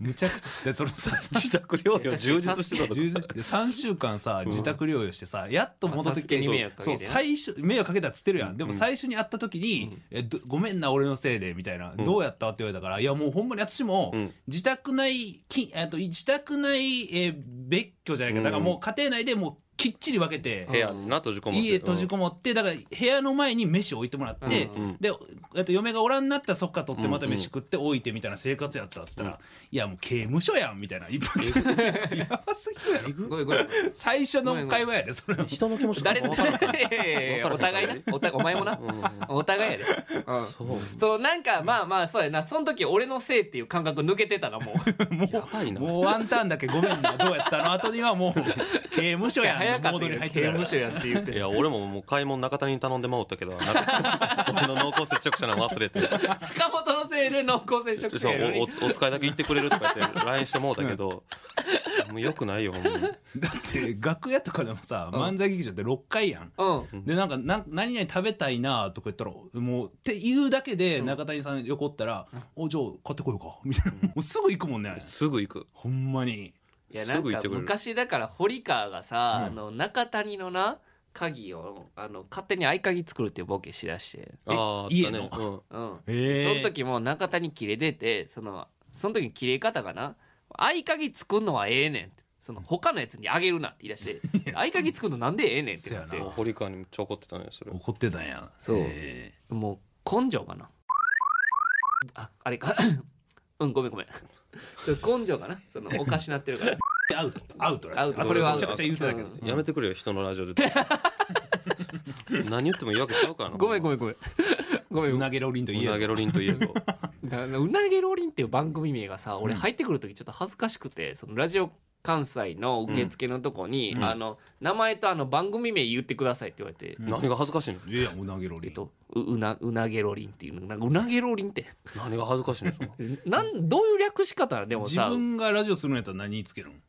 S3: むちゃくちゃでそれさ
S2: 自宅療養充実してた とか
S3: 3週間さ自宅療養してさやっと戻ってきて
S4: まあサスケに迷惑かけて
S3: そう
S4: ね
S3: 最初迷惑かけたっつってるやんでも
S2: うん
S3: 最初に会った時に「えどごめんな俺のせいで」みたいな「どうやった?」って言われたからいやもうほんまに私も
S2: うん
S3: 自宅内きえっと自宅内えー別居じゃないかだからもう家庭内でもうきっちり分けて
S2: 部屋にな閉じこもって
S3: 家閉じこもってだから部屋の前に飯置いてもらって、
S4: うん
S2: うん
S3: でえっと嫁がおらんなったらそっから取ってまた飯食って置いてみたいな生活やったっつったら、いやもう刑務所やんみたいな一発やばすぎるやろ
S4: ごめんごめん
S3: 最初の会話やでそれは
S2: 人の気持ち
S4: 誰
S2: とか
S4: の
S2: 分からん
S4: いやいやいやお互いなお互いお前もなお互いやで、うん、
S2: そう
S4: そうなんかまあまあそうやなその時俺のせいっていう感覚抜けてた なもう
S3: も
S2: やばいうな
S3: もうワンタンだけごめんなどうやったの後にはもう刑務所や
S4: 早
S3: んの
S4: か
S3: モ
S4: っ
S3: ー
S4: た
S3: ド
S4: よ
S3: に入って
S4: 刑
S3: るか
S4: 務
S3: ら
S4: 所やって言って
S2: いや俺ももう買い物中谷に頼んでもらったけどなんか俺の濃厚接触者なの忘れ て
S4: 坂本のせいで濃厚接触
S2: そ
S4: 者
S2: う
S4: やの
S2: おお
S4: に
S2: お使いだけ行ってくれるとか言って LINE してもうたけど、もうよくないよほんまに
S3: だって楽屋とかでもさ漫才劇場って6回やん
S4: うん
S3: でなんかなん何々食べたいなとか言ったらもうって言うだけで中谷さん横おったら「おじゃあ買ってこようか」みたいなもうすぐ行くもんね
S2: すぐ行く
S3: ほんまに
S4: いやな
S2: す
S4: ん
S2: ぐ行
S4: か
S2: ってくれる
S4: 昔だから堀川がさ、
S3: うん
S4: あの中谷のな鍵をあの勝手に合鍵作るっていうボケしだして、
S3: え
S2: ああ
S3: 家
S2: ね
S4: うん
S3: え
S4: その時も中谷切れててそのその時に切れ方がな合鍵作るのはええねんってその他のやつにあげるなって言い 出して合鍵作るのなんでええねんって言っ
S3: そ
S4: て
S3: う
S2: うん、堀川にもちょこってたねそれ
S3: 怒ってたんや
S4: そう
S3: え
S4: もう根性かなああれか うんごめんごめんちょっと根性かなそのおかしなってるから
S3: ーアウトアウトらしい
S4: アウト
S3: あこれはめちゃくちゃ言うてたけど、
S4: う
S2: やめてくれよ人のラジオで 何言っても言い訳ちゃうからな
S4: ごめんご
S2: めん
S4: めんごめんごめん
S3: うなげロリンといえ
S2: う
S3: ど
S2: なげろりんといえど
S4: あのうなげロリンっていう番組名がさ俺入ってくる時ちょっと恥ずかしくてそのラジオ関西の受付のとこに、
S3: うん
S4: あの名前とあの番組名言ってくださいって言われて、
S3: うん
S2: 何が恥ずかしいの
S3: いやうなげロ
S4: え
S3: リ
S4: っ
S3: ン
S4: とううなうなげロリンっていうのなんかうなげロリンって
S2: 何が恥ずかしいの
S4: なんどういう略し方なのでも
S3: 自
S4: さ
S3: 分がラジオするんやったら何つけるん、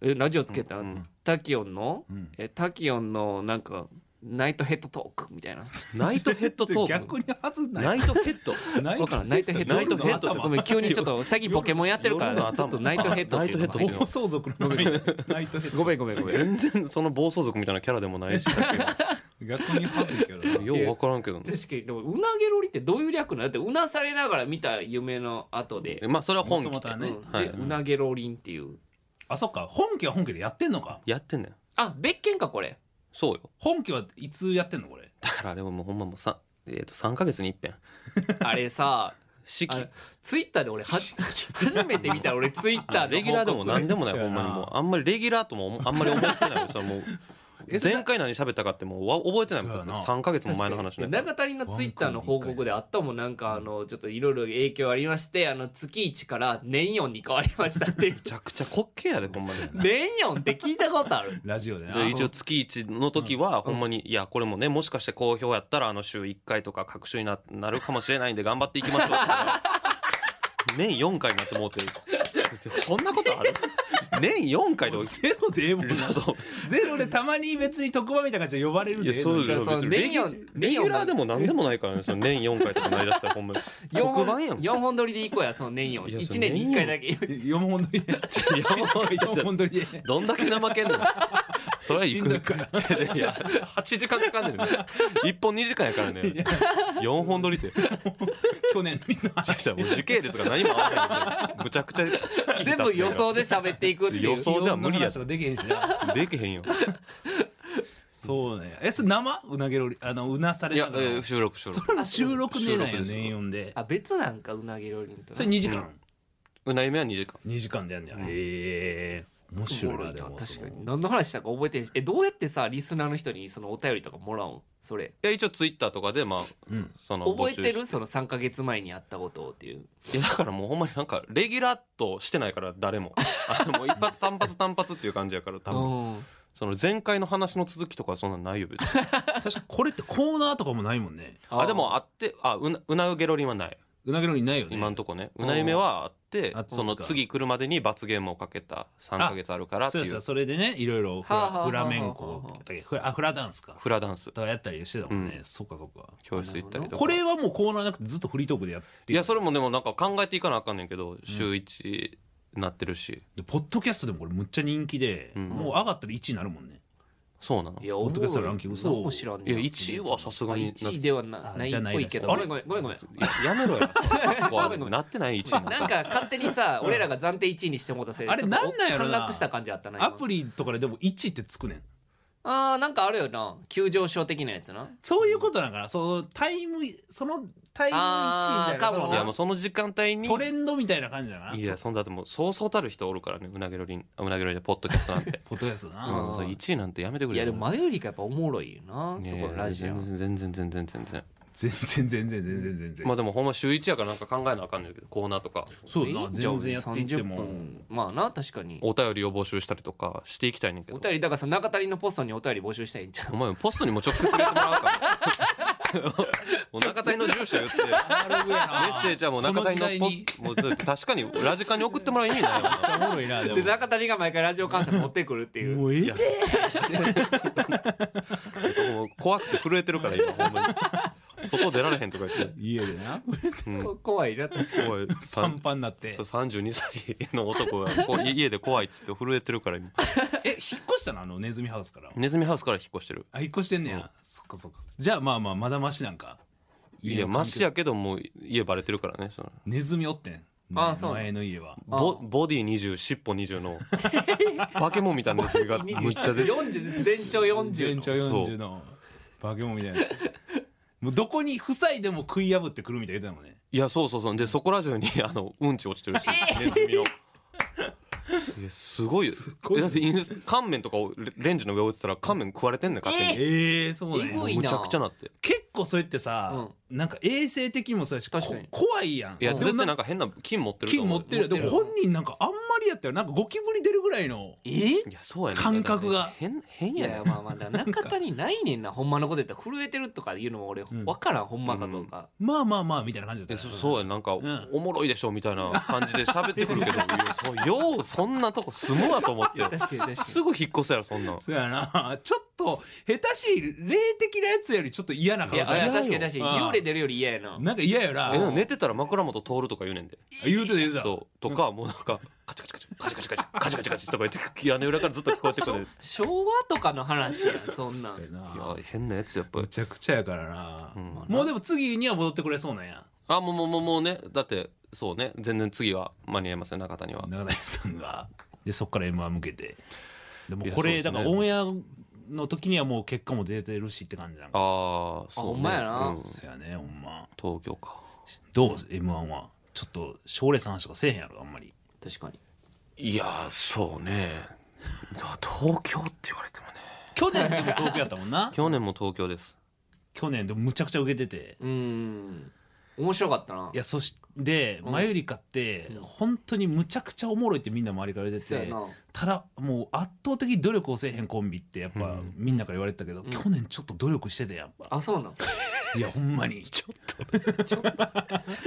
S4: えラジオつけた、
S2: うん
S4: タキオンの
S3: うん
S4: えタキオンのなんかナイトヘッドトークみたいな
S2: ナイトヘッドト ーク
S3: 逆にはずない
S2: ナイトヘッド
S3: ない
S4: わからんナイトヘッド
S2: ナイトヘッド
S4: ごめん急にちょっと最近ポケモンやってるか
S2: 夜の
S4: ら
S2: 頭
S4: ちょっとナイトヘッドっていうのが入ってる
S3: 暴走族のナイナイトヘッド
S4: ごめんごめんごめ
S2: 全
S4: ん
S2: 然その暴走族みたいなキャラでもないし
S3: 逆にはずいけどな
S2: よう分からんけどね
S4: 確かにでもうなげロリってどういう略なのだってうなされながら見た夢の後で、
S2: まあそれは本気
S3: もともとは
S4: う
S3: ね
S4: んで
S2: はい、
S4: うなげロリンっていう
S3: あそっか本家は本家でやってんのか
S2: やってんねん
S4: あ別件か これ
S2: そうよ
S3: 本家はいつやってんのこれ
S2: だからあれはもうほんまもうさえー、と3か月に一遍
S4: あれさ
S2: 四季
S4: あれツイッターで俺は初めて見た俺ツイッターの
S2: レギュラーでも何でもない
S3: そう
S2: ほ
S3: や
S2: ん
S3: な
S2: まにもうあんまりレギュラーとも思あんまり思ってないよそれもう
S3: えそれ
S2: 前回何喋ったかってもうわ覚えてないもん
S3: そうやな
S2: 3か月も前の話ね
S4: 長谷のツイッターの報告であったもんなんかあのちょっといろいろ影響ありましてあの月1から年4に変わりましたっていう
S2: めちゃくちゃ滑稽やでほんまに
S4: 年4って聞いたことある
S3: ラジオでな
S2: で一応月一の時はほんまに、いやこれもねもしかして好評やったらあの週1回とか各週にななるかもしれないんで頑張っていきましょう って言ったら年4回になってもうてそんなことある 年4回で
S3: ゼロでええもんな
S2: そうそう
S3: ゼロでたまに別に特番みたいな感じで呼ばれるんでええのに
S2: いやそう
S4: じゃあその
S2: 別に
S4: 年4
S2: レギュラーでも何でもないからねその年4回とかなりだしたらほんまに
S4: 4
S2: 黒
S4: 本
S2: 板やん
S4: 4本撮りでいこうやその年
S2: いや
S4: 4
S2: それ
S4: 一年に1回だけ
S3: 4本撮りで
S2: いやそんなこと言ってた
S3: 4本撮りで
S2: どんだけ怠けん のそれは
S3: し
S2: 行
S3: んどい
S2: く
S3: から
S2: いや8時間かかんねん1本2時間やからね4本撮りって
S3: 去年みんな
S2: もう時系列が何も合わないんですよむちゃくちゃ
S4: 全部予想で喋っていくっていう
S2: 予想では無理や
S3: いろんな話ができへんしな
S2: できへんよ
S3: そうねえそれ生うなげろりあのうなされ
S2: いや
S3: な、
S2: え
S3: がら
S2: ー収録収
S3: そ
S2: 録
S3: れは収録ねえなんよ
S2: 収録です
S3: 年4で
S4: あ別なんかうなぎロリンとな
S3: それ2時間
S2: うなゆめは2時間
S3: 2時間でやんねやええ面
S4: お
S3: 白
S4: も
S3: い
S4: ろ
S3: な
S4: いな
S3: でも
S4: 確か
S3: そ
S4: に
S3: の
S4: 何の話したか覚えてるえどうやってさリスナーの人にそのお便りとかもらうんそれ
S2: いや一応ツイッターとかでまあ
S3: うん
S2: その
S4: 覚えて
S2: 募集
S4: るその3か月前にやったことをっていう
S2: いやだからもうほんまになんかレギュラーとしてないから誰もあのもう一発単発単発っていう感じやから多分
S4: うん
S2: その前回の話の続きとかはそんなんないよ別に
S3: 確かこれってコーナーとかもないもんね
S2: あでもあってあうなうなうゲロリンはないう
S3: なげろりないよね
S2: 今んとこねうなゆめはあって
S3: あ
S2: その次来るまでに罰ゲームをかけた3ヶ月あるからっ
S3: そ
S2: て
S3: う
S2: い
S3: そう
S2: う
S3: それでねいろいろフ
S4: はあはあはあは
S3: ラ
S4: あ
S3: フラメンコだっけフラあフラダンスか
S2: フラダンス
S3: とかやったりしてたもんね、
S2: う
S3: そっかそっか
S2: 教室行ったりとか
S3: これはもうコーナーなくてずっとフリートークでやって
S2: いやそれもでもなんか考えていかなあかんねんけど週1なってるし
S3: でポッドキャストでもこれむっちゃ人気で、
S2: うん
S3: もう上がったら1位になるもんね
S2: そうなのい
S4: い
S2: や
S4: やお
S3: ポッドキャストのランキングそう
S4: 何も知らんねん
S2: 1位はさすがに
S4: 1位ではな
S3: あ
S4: ない
S3: じゃあ
S4: っ
S3: ない
S4: ぽいけど
S3: ら
S4: ご
S3: し
S4: め
S3: い
S4: んごめんごめんごめん
S2: やめろよ
S4: めんごめん
S2: なってない1位
S4: なんか勝手にさ俺らが暫定1位にしてもうたせいで
S3: あれ
S4: ちょっと
S3: なんなんやろな
S4: 陥落した感じあったな今
S3: アプリとかででも1位ってつくねん
S4: あーなんかあるよな急上昇的なやつな
S3: そういうことだからそのタイムそのタイム1位みたい
S4: あーか
S3: な
S4: も
S3: そ
S4: ね
S2: いやも
S3: の
S2: うその時間帯に
S3: トレンドみたいな感じだない
S2: やそんだってもうそうそうたる人おるからねうなげろりんあうなげろりんでポッドキャストなんて
S3: ポッドキャストだな、
S2: うん
S4: あー
S2: そう1位なんてやめてく
S4: い
S2: れ
S4: や
S2: よ
S4: でも前よりかやっぱおもろいよない
S2: や
S4: そ
S2: い
S4: こ
S2: や
S4: のラジオ
S2: 全然全然全然全然
S3: 全然全然全然全然全然、
S2: まあでもほんま週1やからなんか考えなあかんねんけどコーナーとか
S3: そうだな全然やっていって
S4: 30
S3: も
S4: 分まあな確かに
S2: お便りを募集したりとかしていきたいねんけ
S4: お
S2: ど
S4: 便りだからさ中谷のポストにお便り募集したらいいんちゃう
S2: お前ポストにも直接入れてもらうから お中谷の住所言ってメ
S3: アナログやな
S2: ッセージはもう中谷のポストもうだって確かにラジカに送ってもらう意味ないよな
S3: おもろいなで
S4: で中谷が毎回ラジオ関西持ってくるってい
S3: も
S4: う
S3: もう ええ
S2: いもう怖くて震えてるから今ほんまに外出られへんとか言って
S3: 家で な
S4: こ怖いな確かに
S2: 怖い
S3: パンパンになって
S2: そう32歳の男がこう家で怖いっつって震えてるから今
S3: え引っ越したのあのネズミハウスから
S2: ネズミハウスから引っ越してる
S3: あ引っ越してんねや、
S2: うん
S3: そっかそっかじゃあまあまあまだマシなんか
S2: いやマシやけどもう家バレてるからねその
S3: ネズミおってん
S4: あそう
S3: 前の家は
S2: ボ
S4: ああ
S2: ボディ20尻尾20の化け物みたいなネズミがむっちゃ出て
S4: 40全長40
S3: 全
S4: の
S3: 長40の化け物みたいなやつもうどこに塞いでも食い破ってくるみたいな言ってたもんね
S2: いやそうそうそうでそこら中に あのうんち落ちてるしネズミの。いやすごいよ
S3: ごいね
S2: えだってインス乾麺とかをレレンジの上置いてたら乾麺食われてんねん勝手に、
S3: ええそうね
S4: えぐいな
S2: むちゃくちゃなって
S3: 結構そうやってさ、なんか衛生的にもそうやし
S4: 確かに
S3: こ怖いやん
S2: いや
S3: うん
S2: 絶対なんか変な菌持ってると
S3: 金
S2: 思
S3: 持
S2: う
S3: ってるやんでも本人なんかあんまりやったよなんかゴキブリ出るぐらいの
S4: え
S2: いやそうやね
S3: 感覚が
S2: 変変
S4: い
S2: やね
S4: やまあまあだから中谷ないねんなほんまのこと言ったら震えてるとかいうのも俺
S3: ん
S4: 分からんほんまかどうか
S3: まあまあまあみたいな感じだ
S2: で
S3: った
S2: そ
S3: よ
S2: そうやなんか、
S3: ん
S2: おもろいでしょみたいな感じで喋って くるけどいやそうようそんなとこ住むわと思って
S4: 確かに確か
S2: すぐ引っ越すやろそんなん
S3: そうやな ちょっと下手しい霊的なやつよりちょっと嫌な
S4: にい
S3: 顔
S4: や
S3: され
S4: いや
S3: る
S4: 確かに確かに
S3: うん
S4: 幽霊出るより嫌やな
S3: なんか嫌よな
S2: えでも寝てたら枕元通るとか言うねんで
S3: 言うてた言うてた
S2: そうとかもうなんかカチャカチャカチャカチャカチャカチャカチャカチャとか言って屋根裏からずっと聞こえてくるい
S4: 昭和とかの話やんそんなん
S3: そうやな
S2: や変なやつやっぱ
S3: む
S2: り
S3: ちゃくちゃやからな、
S2: ん
S3: もうでも次には戻ってくれそうなんや
S2: あもうもうもうもうねだってそうね全然次は間に合いますね中谷は
S3: 中谷さんがでそっから m 1向けてでも
S2: いや
S3: これ、だ
S2: そうで
S3: か
S2: すね
S3: らオンエアの時にはもう結果も出てるしって感じなんか
S2: ああそう、ね、
S4: あほんまやな
S2: うん
S3: そうやねほんま
S2: 東京か
S3: どう m 1はちょっと賞レースの話とかせえへんやろあんまり
S4: 確かに
S2: いやーそうねだ 東京って言われてもね
S3: 去年でも東京やったもん な
S2: 去年も東京です
S3: 去年でもむちゃくちゃ受けてて
S4: うーん面白かったない
S3: やそしてマユリカって本当にむちゃくちゃおもろいってみんな周りから出
S4: そうや
S3: て
S4: な
S3: ただもう圧倒的に努力をせえへんコンビってやっぱみんなから言われてたけど、去年ちょっと努力しててやっぱ
S4: あそうなん
S3: いやほんまに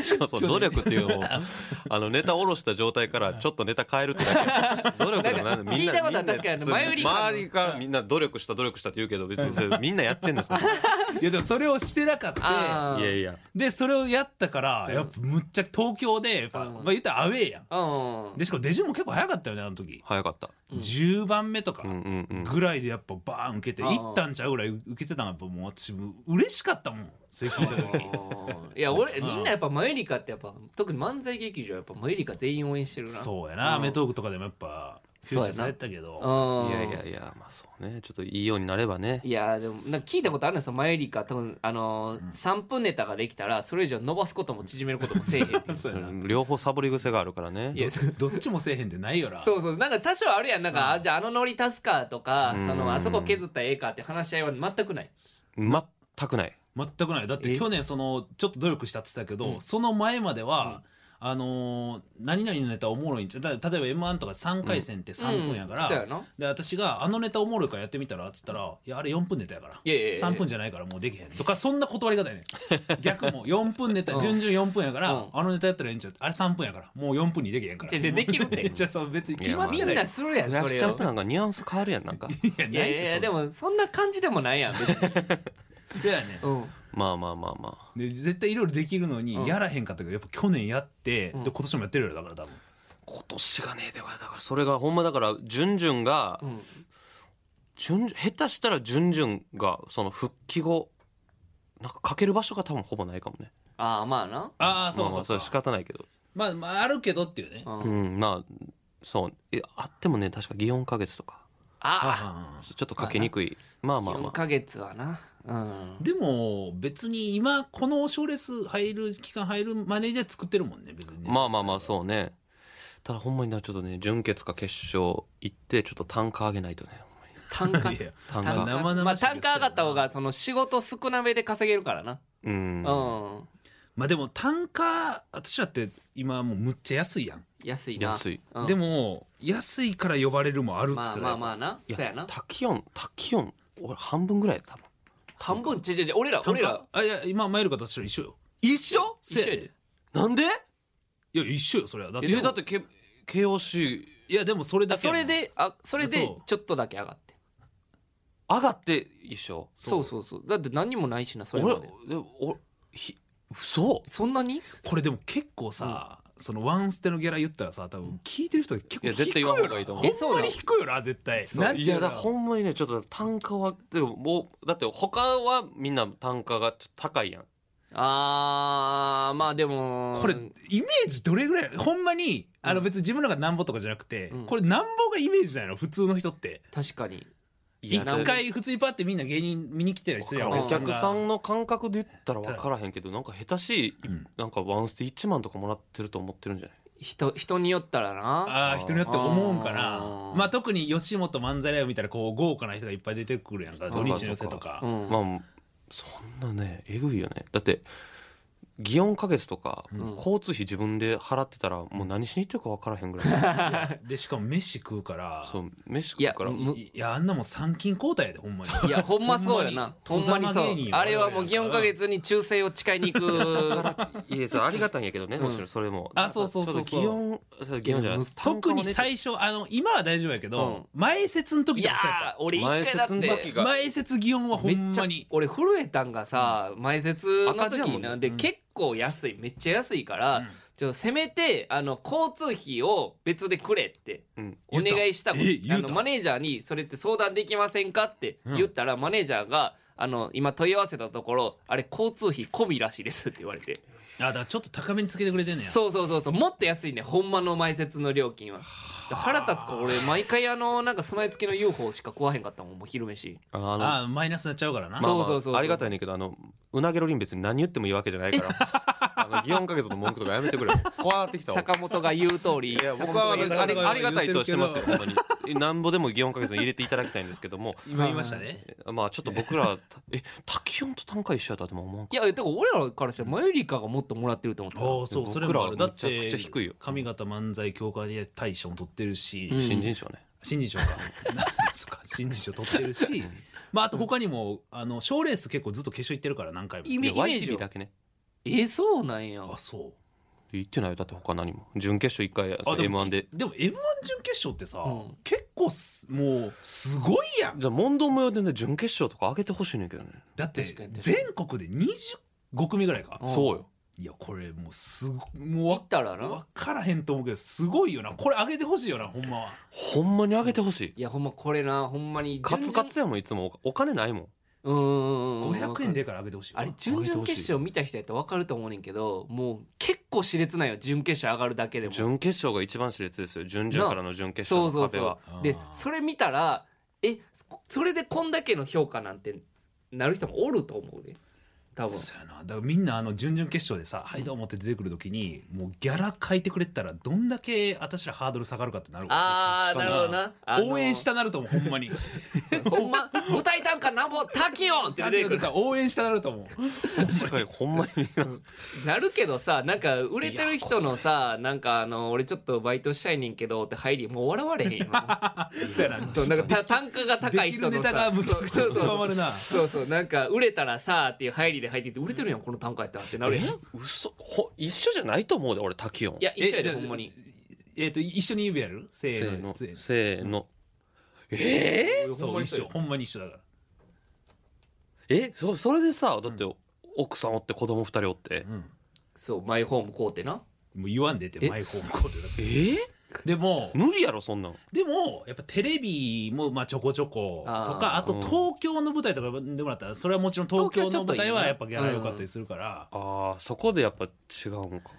S2: そうそう努力っていう のもあのネタ下ろした状態からちょっとネタ変えるって だけ努力でもない
S4: なんか聞いたことは確かにある
S2: みんな
S4: 前売り感の
S2: 周りからみんな努力した努力したって言うけど別にそれみんなやってんですよ
S3: いやでもそれをしてなかった
S4: あー
S2: いやいや
S3: でそれをやったからやっぱむっちゃ東京でやっぱ
S4: うん
S3: まあ言ったらアウェーやん
S4: うん
S3: でしかも出順も結構早かったよねあの時
S2: 早かった
S3: 10番目とか
S2: うんうんうん
S3: ぐらいでやっぱバーン受けて
S4: あー
S3: 行ったんちゃうぐらい受けてたのがやっぱもう私もう嬉しかったもんそれ聞いた時
S4: うんいや俺みんなやっぱマユリカってやっぱ特に漫才劇場はやっぱマユリカ全員応援してるな
S3: そうやな、
S4: うん
S3: アメトークとかでもやっぱフューチャーされてたけど
S4: うん
S2: いやいやいやまあそうねちょっといいようになればね
S4: いやーでもなんか聞いたことあるんですよマユリカ多分あのー3分ネタができたらそれ以上伸ばすことも縮めることもせえへんっていう
S3: そうやな
S2: 両方サボり癖があるからね
S4: いや
S3: どっちもせえへんってないよな
S4: そうそうなんか多少あるやんなんか、あじゃああのノリ足すかとか
S2: うん
S4: そのあそこ削ったらええかって話し合いは全くない
S2: 全くない
S3: 全くないだって
S4: え
S3: 去年そのちょっと努力したって言ってたけど、その前までは、あのー何々のネタおもろいんちゃうだ例えば m 1とか3回戦って3分やから、
S4: うんそうやな
S3: で私が「あのネタおもろいからやってみたら?」っつったら「いやあれ4分ネタやから
S4: いやいやいや
S3: 3分じゃないからもうできへん」とかそんな 断り方やねん逆も4分ネタ順々4分やから、
S4: うん
S3: あのネタやったらええんちゃうあれ3分やからもう4分にできへんから
S4: じゃじゃできるって
S3: じゃあそう別に決まり
S4: み
S3: や
S4: ん
S3: ない
S4: なするや
S2: 増
S4: んそれを
S2: やしちゃうとなんかニュアンス変わるやんなん か
S3: や
S4: いやい
S3: っ
S4: や
S3: てそ
S4: いや
S3: んな
S4: でもそんな感じでもないやん別に、
S3: そうやねん
S4: うん、
S2: まあまあまあまあ
S3: で絶対いろいろできるのにやらへんかったけどやっぱ去年やって、
S4: ん
S3: で今年もやってるよだから多分
S2: 今年がねだからだからそれがほんまだからジュンジュンが、
S4: ん
S2: ジュン下手したらジュンジュンがその復帰後なんかかける場所が多分ほぼないかもね
S4: ああまあな
S3: ああそう
S2: まあま
S3: そ
S2: あ
S3: う
S2: それは仕方ないけど
S3: まあまああるけどっていうね
S4: う
S2: うんまあそうえあってもね確か祇園花月とか
S4: あ
S3: あ
S2: ちょっとかけにくいまあ
S4: あ
S2: まあま
S4: 4
S2: あ
S4: ヶ月はなうん
S3: でも別に今この賞レース入る期間入るまでで作ってるもんね別にね
S2: まあまあまあそうねただほんまになちょっとね準決か決勝行ってちょっと単価上げないとね
S4: 単 価
S3: いや
S2: 単
S4: 単
S3: あ
S2: 価
S3: な生々しいで
S4: 価
S3: すよ
S4: まあ単価上がった方がその仕事少なめで稼げるからな
S2: う
S4: うんん
S3: まあでも単価私だって今もうむっちゃ安いやん、
S4: 安いな
S2: 安い
S4: うん
S3: でも安いから呼ばれるもあるっつ
S4: ま
S3: っ
S4: あ
S3: て
S4: まあまあ
S3: あ
S4: ないそうやな
S2: 滝音滝音俺半分ぐらいや多分
S4: 半分ちょちょちょ俺ら俺ら
S3: あいや今マイルカと私ら一緒よ
S2: 一緒
S4: 一緒や
S3: せ
S4: で
S2: なんで
S3: いや一緒よそれはだって
S2: えだってけ KOC
S3: いやでもそれだ
S4: だ
S3: け
S4: そ
S3: やもん
S4: れであそれで
S3: そう
S4: ちょっとだけ上がって
S2: 上がって一緒
S4: そ
S3: そう
S4: うそうそうだって何にもないしなそれ
S2: 俺
S4: まで
S2: で俺ひ嘘
S4: そんなに
S3: これでも結構さ、そのワンステのギャラ言ったらさ多分聞いてる人結構
S2: いや絶対言わん方がいいと思う
S3: 低よなほんまに低いよな絶対
S4: そう
S3: なんて
S2: いうや
S3: の
S2: だほんまにねちょっと単価はでももうだって他はみんな単価がちょっと高いやん
S4: あーまあでも
S3: これイメージどれぐらいほんまにあの別に自分のがなんぼとかじゃなくて、
S4: うん
S3: これなんぼがイメージないの普通の人って
S4: 確かに
S2: い
S3: 一
S2: やなんか
S3: 回普通にパってみんな芸人見に来てる人やん
S4: わ
S2: お
S4: かる
S2: 客さん
S3: の
S2: の感覚で言ったら分からへんけどなんか下手しい
S3: うん
S2: なんかワンステ1万とかもらってると思ってるんじゃない
S4: 人人によったらな
S3: ああ人によって思うんか
S4: あ
S3: な
S4: ー
S3: まあ特に吉本漫才ライブ見たらこう豪華な人がいっぱい出てくるやんか土日の寄せとか
S4: うん
S2: まあそんなねえぐいよねだって祇園か月とか、
S4: ん
S2: 交通費自分で払ってたらもう何しに行ってるか分からへんぐらい
S3: でしかも飯食うから
S2: そう飯食うから
S4: いやむ
S3: いいやあんなもん参勤交代やでほんまに
S4: いやほんまそうやなほんまにそうあれはもう4ヶ月に忠誠を誓いに行く
S2: いやそれありがたいんやけどね、もちろんそれも
S3: あそうそうそうそう
S2: ちょっと祇園祇園じゃない
S3: 特に
S2: 最
S3: 最初あの今は大丈夫やけど、前説の時
S4: い
S3: と
S4: や
S3: かそうや
S4: ー俺一回だって
S2: 前説の時
S3: った前説祇園は ほ
S4: め
S3: ん
S4: っち
S3: ま
S4: ゃ
S3: に
S4: 俺震えたんがさ前説の
S2: 赤字や
S4: 時
S2: もんね
S4: なで
S3: うん
S4: 結構安いめっちゃ安いからちょっとせめてあの交通費を別でくれって
S2: うん
S4: お願いしたこと
S3: 言うた
S4: あ
S3: え言う
S4: の
S3: た
S4: マネージャーにそれって相談できませんかって言ったら、マネージャーがあの今問い合わせたところあれ交通費込みらしいですって言われて
S3: あだからちょっと高めにつけてくれてんねや
S4: そうそうそうそうもっと安いねほんまの前説の料金は腹立つか俺毎回あのなんか備え付けの UFO しか食わへんかったもんもう昼飯
S2: あのあの
S3: あーマイナスになっちゃうからな、
S2: まあま
S4: そうそうそうそう
S2: あありがたいねんけどあのうなげろりん別に何言ってもいいわけじゃないからあの祇園か月の文句とかやめてくれ怖なってきたわ
S4: 坂本が言う通り
S2: いや僕はあ
S4: 坂本が
S2: のあ
S4: 言
S2: り
S4: う通り
S2: ありがたいとはしてますよほんまにえなんぼでも祇園か月に入れていただきたいんですけども
S3: 今言いましたね
S2: まあちょっと僕らたえ滝音と単価一緒やったとも思わんか
S4: いやでも俺らからしたらマユリカがもっともらってると思ってた
S3: ああそうそれもある
S2: 僕ら
S3: だ
S2: は
S3: っ
S2: めちゃ
S3: て
S2: くちゃ低いよ
S3: 上方漫才協会で大賞も取ってるし、
S4: うん
S2: 新人賞ね
S3: 新人賞か なんですか新人賞取ってるしまああと他にもあの賞レース結構ずっと決勝行ってるから何回も
S4: イ
S2: い
S4: メ
S2: や
S4: イメー
S2: YTV
S4: ジ
S2: だ
S4: は
S2: けね
S4: えそうなんや
S3: あそう
S2: 言ってないよだって他何も準決勝一回
S3: あでも
S2: m 1で
S3: でも m 1準決勝ってさ、
S4: うん
S3: 結構すもうすごいやん
S2: じゃあ問答無用でね準決勝とか上げてほしいねんけどね
S3: だって
S4: 確かに確かに
S3: 全国で25組ぐらいか
S4: うん
S2: そうよ
S3: いやこれもうすごも
S4: 行
S3: う
S4: ったら
S3: わ分
S4: な
S3: からへんと思うけどすごいよなこれ上げてほしいよなほんまは
S2: ほんまに上げてほしい
S4: いやほんまこれなほんまに
S2: カツカツやもんいつもおお金ないもん
S4: うんうんうんうん
S3: 500円でから上げてほしいよ
S4: あ
S3: な
S4: れ準々決勝見た人やったら分かると思うねんけどもう結構熾烈なんよ準決勝上がるだけでも
S2: 準決勝が一番熾烈ですよ準々からの準決
S4: そう
S2: 勝
S4: そ
S2: の
S4: う
S2: 壁は
S4: そうで
S3: あー
S4: それ見たらえそれでこんだけの評価なんてなる人もおると思うで多分
S3: そうやなだからみんなあの準々決勝でさ「はいどうも」って出てくる時にもうギャラ書いてくれてたらどんだけ私らハードル下がるかってなる
S4: あーなるほどなあのー
S3: 応援したなると思うほんま に
S4: ほんま舞台単価なんぼ滝音って出てくる
S3: 応援したなると思う
S2: 確かにほんまにみんな
S4: なるけどさなんか売れてる人のさなんかあの俺ちょっとバイトしたいねんけどって入りもう笑われへんよ
S3: そうやな
S4: そうなんかた単価が高い
S3: できる
S4: 人
S3: ネ
S4: の
S3: タが
S4: さ
S3: むちゃくちゃ
S4: そうそう
S3: まるな
S4: そうそうなんか売れたらさっていう入りで入ってて売れてるやんこの単価やったらってなるやんい
S2: 嘘ほ一緒じゃないと思うで俺滝音
S4: や一緒やで
S3: えじゃあ
S4: ほんまに
S3: えっと一緒に指やるせ
S2: せ
S3: ー
S2: ー
S3: の
S2: の
S3: せー
S2: せーのええ
S4: ほん
S3: そ
S4: ま
S3: う
S4: に
S3: 一
S4: そう
S3: 緒ほんまに一緒だから
S2: えそそれでさだって奥さんおって子供二人おって
S4: そうマイホーム買うてな
S3: もう言わんでって
S4: え
S3: マイホームコーデだか
S2: え
S3: らでも
S2: 無理やろそんなん
S3: でもやっぱテレビもまあちょこちょことかあ
S2: ー
S4: あ
S3: と東京の舞台とかでもらったらそれはもちろん東京の舞台はやっぱギャラ良かったりするから、
S2: あーそこでやっぱ違うんか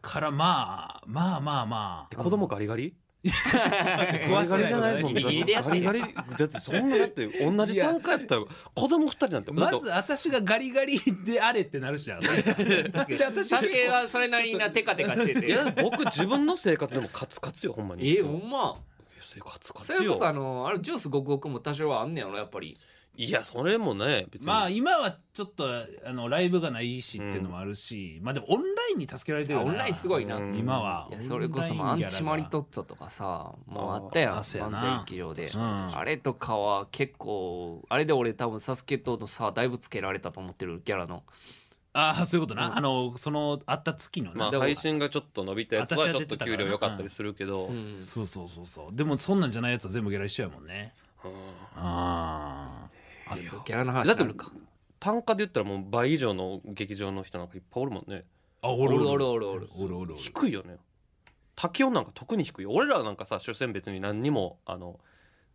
S3: からまあまあまあま
S2: え
S3: あ
S2: 子供ガリガリガリガリじゃないですもんね。
S4: ギリギリでやって
S2: ガ
S4: る
S2: リガリだってそんなだって同じ単価やったら子供二人なんて
S3: まず私がガリガリであれってなるしな。 だって私が
S4: 酒はそれなりなテカテカして
S2: い
S4: て
S2: や僕自分の生活でもカツカツよほんまに。
S4: えほんま
S2: カツカツ
S4: それこ
S2: よ
S4: そ。あのあれジュースごくごくも多少はあんねやろやっぱり
S2: いやそれもね別に。
S3: まあ今はちょっとあのライブがないしっていうのもあるし、まあでもオンラインに助けられてる
S4: あ
S3: よな
S4: オンラインすごいな
S2: うん
S3: 今はい
S4: やそれこそもうアンチマリトッツォとかさもうあったやん
S3: あそうやな
S4: 漫才劇場で
S3: うん
S4: あれとかは結構あれで俺多分サスケとの差だいぶつけられたと思ってるギャラの
S3: ああそういうことな、
S4: うん
S3: あのそのあった月の
S2: ま
S3: な、
S2: あ
S4: でも
S2: 配信がちょっと伸びたやつはちょっと給料良かったりするけど、
S4: うん
S3: そうそうそうそうでもそんなんじゃないやつは全部ゲラ一緒やもんねああ
S4: ギャラ
S2: う
S4: の
S2: んだ
S4: 話に
S2: って
S4: なるか
S2: 単価で言ったらもう倍以上の劇場の人なんかいっぱいおるもんね
S3: あお
S4: お
S3: る
S4: る
S3: お
S4: お
S3: る
S4: る
S3: おる
S4: おるおる
S3: おるおる
S2: 低いよね滝音なんか特に低い俺らなんかさ所詮別に何にもあの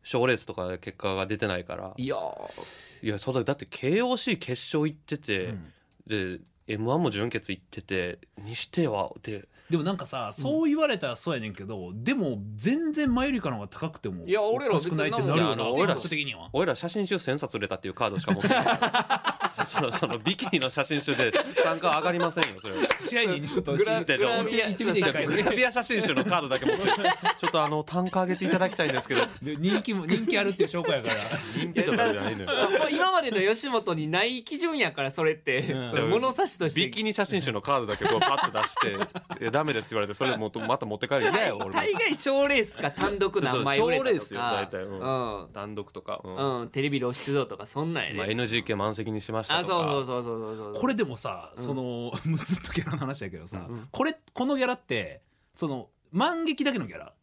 S2: 賞レースとか結果が出てないから
S4: いやー
S2: いやそうだだって KOC 決勝行ってて、
S3: うん
S2: で m 1も準決行っててにしてはで
S3: でもなんかさそう言われたらそうやねんけど、でも全然前よりかの方が高くても
S4: いや俺ら
S3: おかしくないってなるよ
S2: 別に
S3: な
S2: 何もいやあの俺ら
S3: 全国的には
S2: 俺ら写真集1000冊売れたっていうカードしか持ってない そのそのビキニの写真集で単価上がりませんよそれは。
S3: 試合にちょっと
S2: グラ
S3: 行ってみて一回
S2: グラビア写真集のカードだけ持ってるちょっとあの単価上げていただきたいんですけど
S3: で人気も人気あるっていう証拠やから
S2: 人気とかじゃないのよ
S4: もう今までの吉本にない基準やからそれって
S3: うん
S4: その物差しと し
S2: ビ
S4: て
S2: キニ写真集のカードだけこうパッと出して「いやダメです」って言われてそれもうまた持って帰る嫌やよ俺も
S4: 大概賞レースか単独何枚売れ
S2: そ
S4: た
S2: うそう賞レー
S4: と
S2: スよ
S4: か
S2: 大体う単独とか、うん
S4: うん、うん、テレビ露出度とかそんなんやね、
S2: まあ、NGK 満席にしました
S4: あ
S2: と
S4: そ
S2: か
S4: うそうそうそうそうそう
S3: これでもさその、 ずっとギャラの話やけどさ、これこのギャラってその万劇だけのギャラ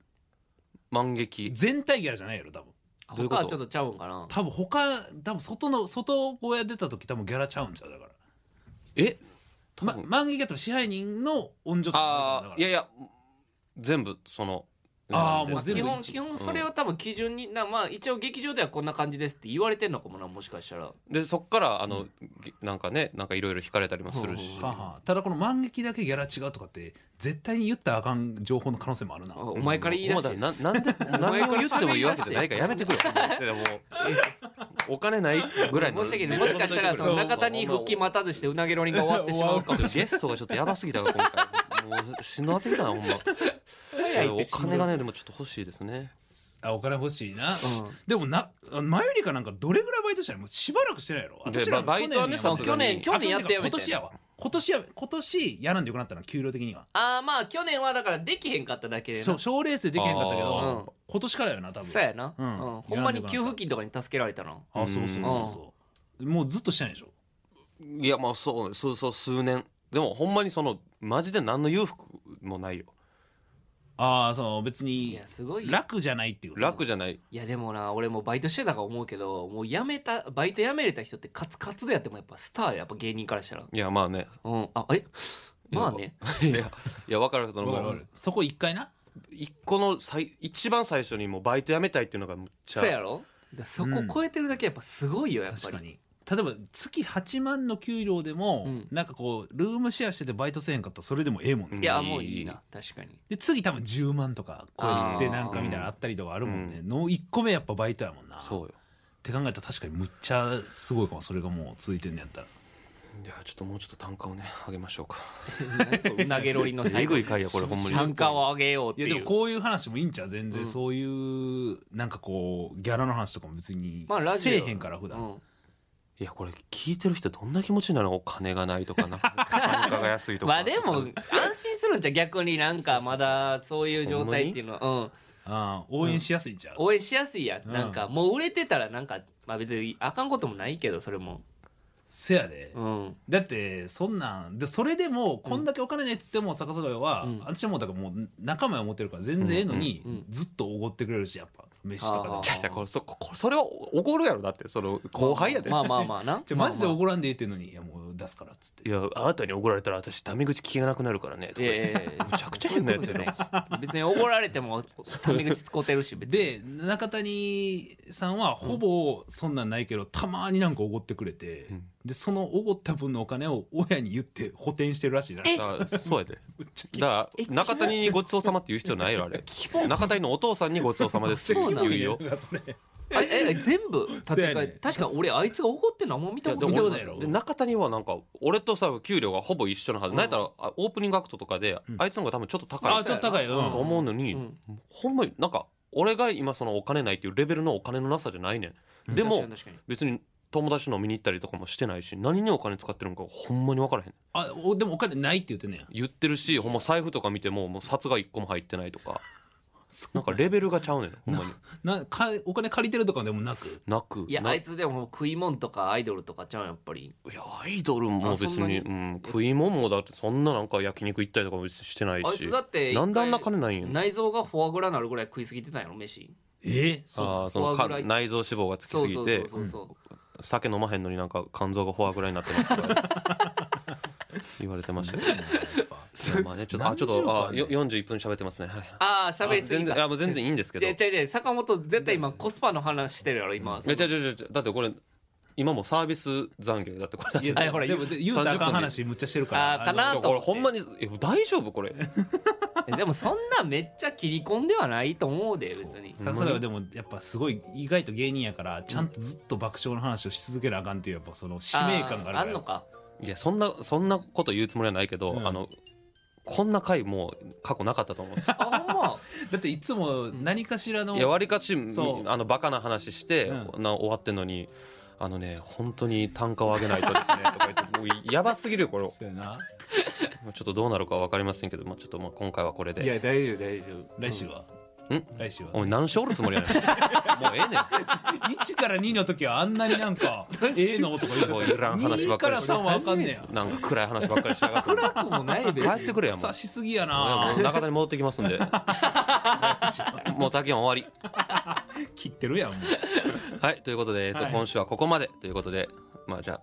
S2: 満劇
S3: 全体ギャラじゃないやろ多分
S2: どういうこと
S4: 他はちょっとちゃうんかな
S3: 多分他多分外の外小屋出た時多分ギャラちゃうんちゃうだから
S2: え多
S3: ま
S2: 分、
S3: 万劇やったら支配人の温情とか
S2: あ
S3: あ
S2: ーいやいや全部その
S3: あー
S2: なんで
S3: もう全部
S4: 基本
S3: 一
S4: 基本それを多分基準に、なまあ一応劇場ではこんな感じですって言われてんのかもなもしかしたら
S2: でそっからあの、ぎなんかねなんかいろいろ引かれたりもするし、
S3: はあはあただこの万劇だけギャラ違うとかって絶対に言ったらあかん情報の可能性もあるな
S4: お前から言い出して、
S2: もうだななんで何を言ってもいいわけじゃないからやめてくれでもお金ないぐらいの
S4: 申し訳ないもしかしたらその中田に復帰待たずしてうなげろりんが終わってしまうかもし
S2: ゲストがちょっとやばすぎたが 今回もうしんどなってきたなほんまお金がねでもちょっと欲しいですね
S3: あお金欲しいな、
S4: ん
S3: でもな前よりかなんかどれぐらいバイトしたらもうしばらくしてないやろ
S2: で
S3: 私ら
S2: バイトは
S3: 去年やめ
S2: ねさ
S3: て
S2: す
S4: れ
S2: が
S4: ん
S2: に
S4: 去年去年やってやめて
S3: 今年やわ今年や今年やらんでよくなったな給料的には
S4: ああまあ去年はだからできへんかっただけでな
S3: そう賞レースでできへんかったけ
S4: あー
S3: ど今年からやな多分
S4: そうやな、
S3: うん
S4: うんほんまに給付金とかに助けられたな
S3: あそうそうそうそうもうずっとしてないでしょ
S2: いやまあそうそうそう数年でもほんまにそのマジで何の裕福もないよ
S3: ああそう別
S4: い
S3: に
S4: やすごいよ
S3: 楽じゃないっていうか
S2: 楽じゃない
S4: いやでもな俺もバイトしてたから思うけどもう辞めたバイト辞めれた人ってカツカツでやってもやっぱスターややっぱ芸人からしたら
S2: いやまあね
S4: うんあえまあね
S2: いやいや分かるその
S3: わかるわかるそこ一回な
S2: 一個の最一番最初にもうバイト辞めたいっていうのがむっちゃ
S4: そうやろだからそこ超えてるだけやっぱすごいよやっぱ
S3: 確
S4: り、
S3: かに例えば月8万の給料でも、
S4: うん
S3: なんかこうルームシェアしててバイトせえへんかったらそれでもええもんね、
S2: うん
S4: いやもういいな確かに
S3: で次多分10万とかこうやってなんかみたいなのあったりとかあるもんね、の1個目やっぱバイトやもんな
S2: そう
S3: っ
S2: よ
S3: て考えたら確かにむっちゃすごいかもそれがもう続いてんのやったら
S2: いやちょっともうちょっと単価をね上げましょうか
S4: うなげろりの
S2: え
S4: 最後
S2: ぐい回やこれほんまに
S4: 単価を上げようっ
S3: い
S4: て
S3: や
S4: いう
S3: でもこういう話もいいんちゃう全然そういうなんかこうギャラの話とかも別に
S4: まあラジオ
S3: せえへんから普段、
S4: うん
S2: いやこれ聞いてる人どんな気持ちになるのお金がないとか なんか単価が安いとか
S4: まあでも安心するんじゃう逆になんかまだそういう状態っていうのはうん
S3: ああ応援しやすいんちゃう、
S4: 応援しやすいやん
S3: うん
S4: なんかもう売れてたらなんかまあ別にあかんこともないけどそれも
S3: せやで、
S4: うん
S3: だってそんなんでそれでもこんだけお金ないっつっても逆さがは、
S4: うん
S3: 私はもうだからもう仲間を持ってるから全然ええのに、
S4: うんうんうん
S3: ずっとおごってくれるしやっぱ飯とかで
S4: あ
S3: も
S4: あ
S2: じゃあじゃあこれそここれそれは怒るやろだってその後輩やで、
S4: まあまあまあな
S3: じゃあマジで
S4: まあま
S3: おごらんでええってんのにいやもう出すからっつって
S2: いやあなたに怒られたら私タメ口聞けなくなるからねとか言って
S4: ええ
S2: むちゃくちゃ変なやつやな
S4: 別に怒られてもタメ口使うてるし別に
S3: で中谷さんはほぼそんなんないけど、たまになんかおごってくれて、
S2: うん
S3: でそのおごった分のお金を親に言って補填してるらしいな
S4: え
S2: だからそうやで
S3: むっちゃ
S2: だから中谷にごちそうさまって言う必要ない よあれ中谷のお父さんにごちそうさまですって言うよ
S3: いやそれ
S4: あええ全部
S3: そ
S4: 立て替
S3: うや
S4: え
S3: ね
S4: 確か俺あいつが怒ってんのあんま見たこと
S3: い
S4: な
S3: やで
S4: い
S3: も見たことないやろ
S2: で中谷はなんか俺とさ給料がほぼ一緒のはず、
S4: うん
S2: なんやったらあオープニングアクトとかで、
S3: ん
S2: あいつの方が多分ちょっと高い
S3: あちょっと高いよ、
S2: と思うのに、
S4: うん
S2: ほんまになんか俺が今そのお金ないっていうレベルのお金のなさじゃないねんで
S4: 確
S2: も
S4: かに確かに
S2: 別に友達の見に行ったりとかもしてないし何にお金使ってるのかほんまに分からへん
S3: あおでもお金ないって言ってんねや
S2: 言ってるしほんま財布とか見てももう札が一個も入ってないとか
S3: そ
S2: なんかレベルがちゃうねんほ んまに
S3: なかお金借りてるとかでもなく
S2: なく
S4: いや
S2: な
S4: あいつでも食い物とかアイドルとかちゃうやっぱり
S2: いやアイドルも別
S4: あ
S2: に
S4: そんなに
S2: うん、食い物もだってそんななんか焼肉行ったりとかも別にしてないし
S4: あいつだって一回
S2: なんであんな金ないんや
S4: 内臓がフォアグラになるぐらい食いすぎてたんやろ飯
S3: えそう
S2: あーそ
S4: フォ
S2: の
S4: ア
S2: か
S4: グラ
S2: 内臓脂肪がつきすぎて
S4: そうそうそうそう
S2: 酒飲まへんのになんか肝臓がフォアぐらいになってますと か言われてましたけどまあまあねちょっとあちょっ
S3: 何十
S2: と
S3: 万
S2: あよ41分喋ってますねはい
S4: ああ喋りすぎ
S2: 全然
S4: た
S2: あもう全然いいんですけど
S4: じゃじゃじゃ坂本絶対今コスパの話してるやろ今
S2: いや違う違う違うだってこれ今もサービス残業だってこれ
S3: いや
S4: あれほら
S3: でもで言うたらあかん話むっちゃしてるから
S4: あーかな
S3: の
S4: と
S2: これほんまにえ大丈夫これ
S4: えでもそんなめっちゃ切り込んではないと思うで別に
S3: さすがはでもやっぱすごい意外と芸人やからちゃんとずっと爆笑の話をし続けなあかんっていうやっぱその使命感があるから
S4: あーんのか
S2: いやそんなそんなこと言うつもりはないけど、
S3: うん
S2: あのこんな回もう過去なかったと思う
S4: あほんま
S3: だっていつも何かしらの
S2: いやわりかし
S3: そう
S2: あのバカな話して、
S3: う
S2: な終わってんのにあのね本当に単価を上げな いとですねとか言ってもうやばすぎるよこれち
S3: そうやな
S2: ょっとどうなるか分かりませんけど、まあ、ちょっとまあ今回はこれ
S4: い
S2: で
S4: や大丈夫大丈夫
S3: 来週は
S2: ん
S3: 来週は
S2: お前何勝おるつもりやねんもうええねん
S3: 1から2の時はあんなになんか「ええの?」とか言
S2: もう
S3: って
S2: いらん話
S3: 2
S2: ばっか
S3: か
S2: り
S3: ら
S2: して
S3: 3はあかんねや
S2: なんか暗い話ばっかりしやがって
S4: うんもうない で
S2: 帰ってくれ やもう
S3: 刺しすぎや
S2: いや
S3: な
S2: もう中田に戻ってきますんでもう竹山終わ
S3: 切ってるやんもう
S2: りはいということで、えっと
S3: はい
S2: 今週はここまでということでまあじゃあ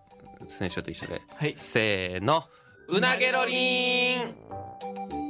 S2: 先週と一緒で
S4: はい
S2: せーのうなげろりん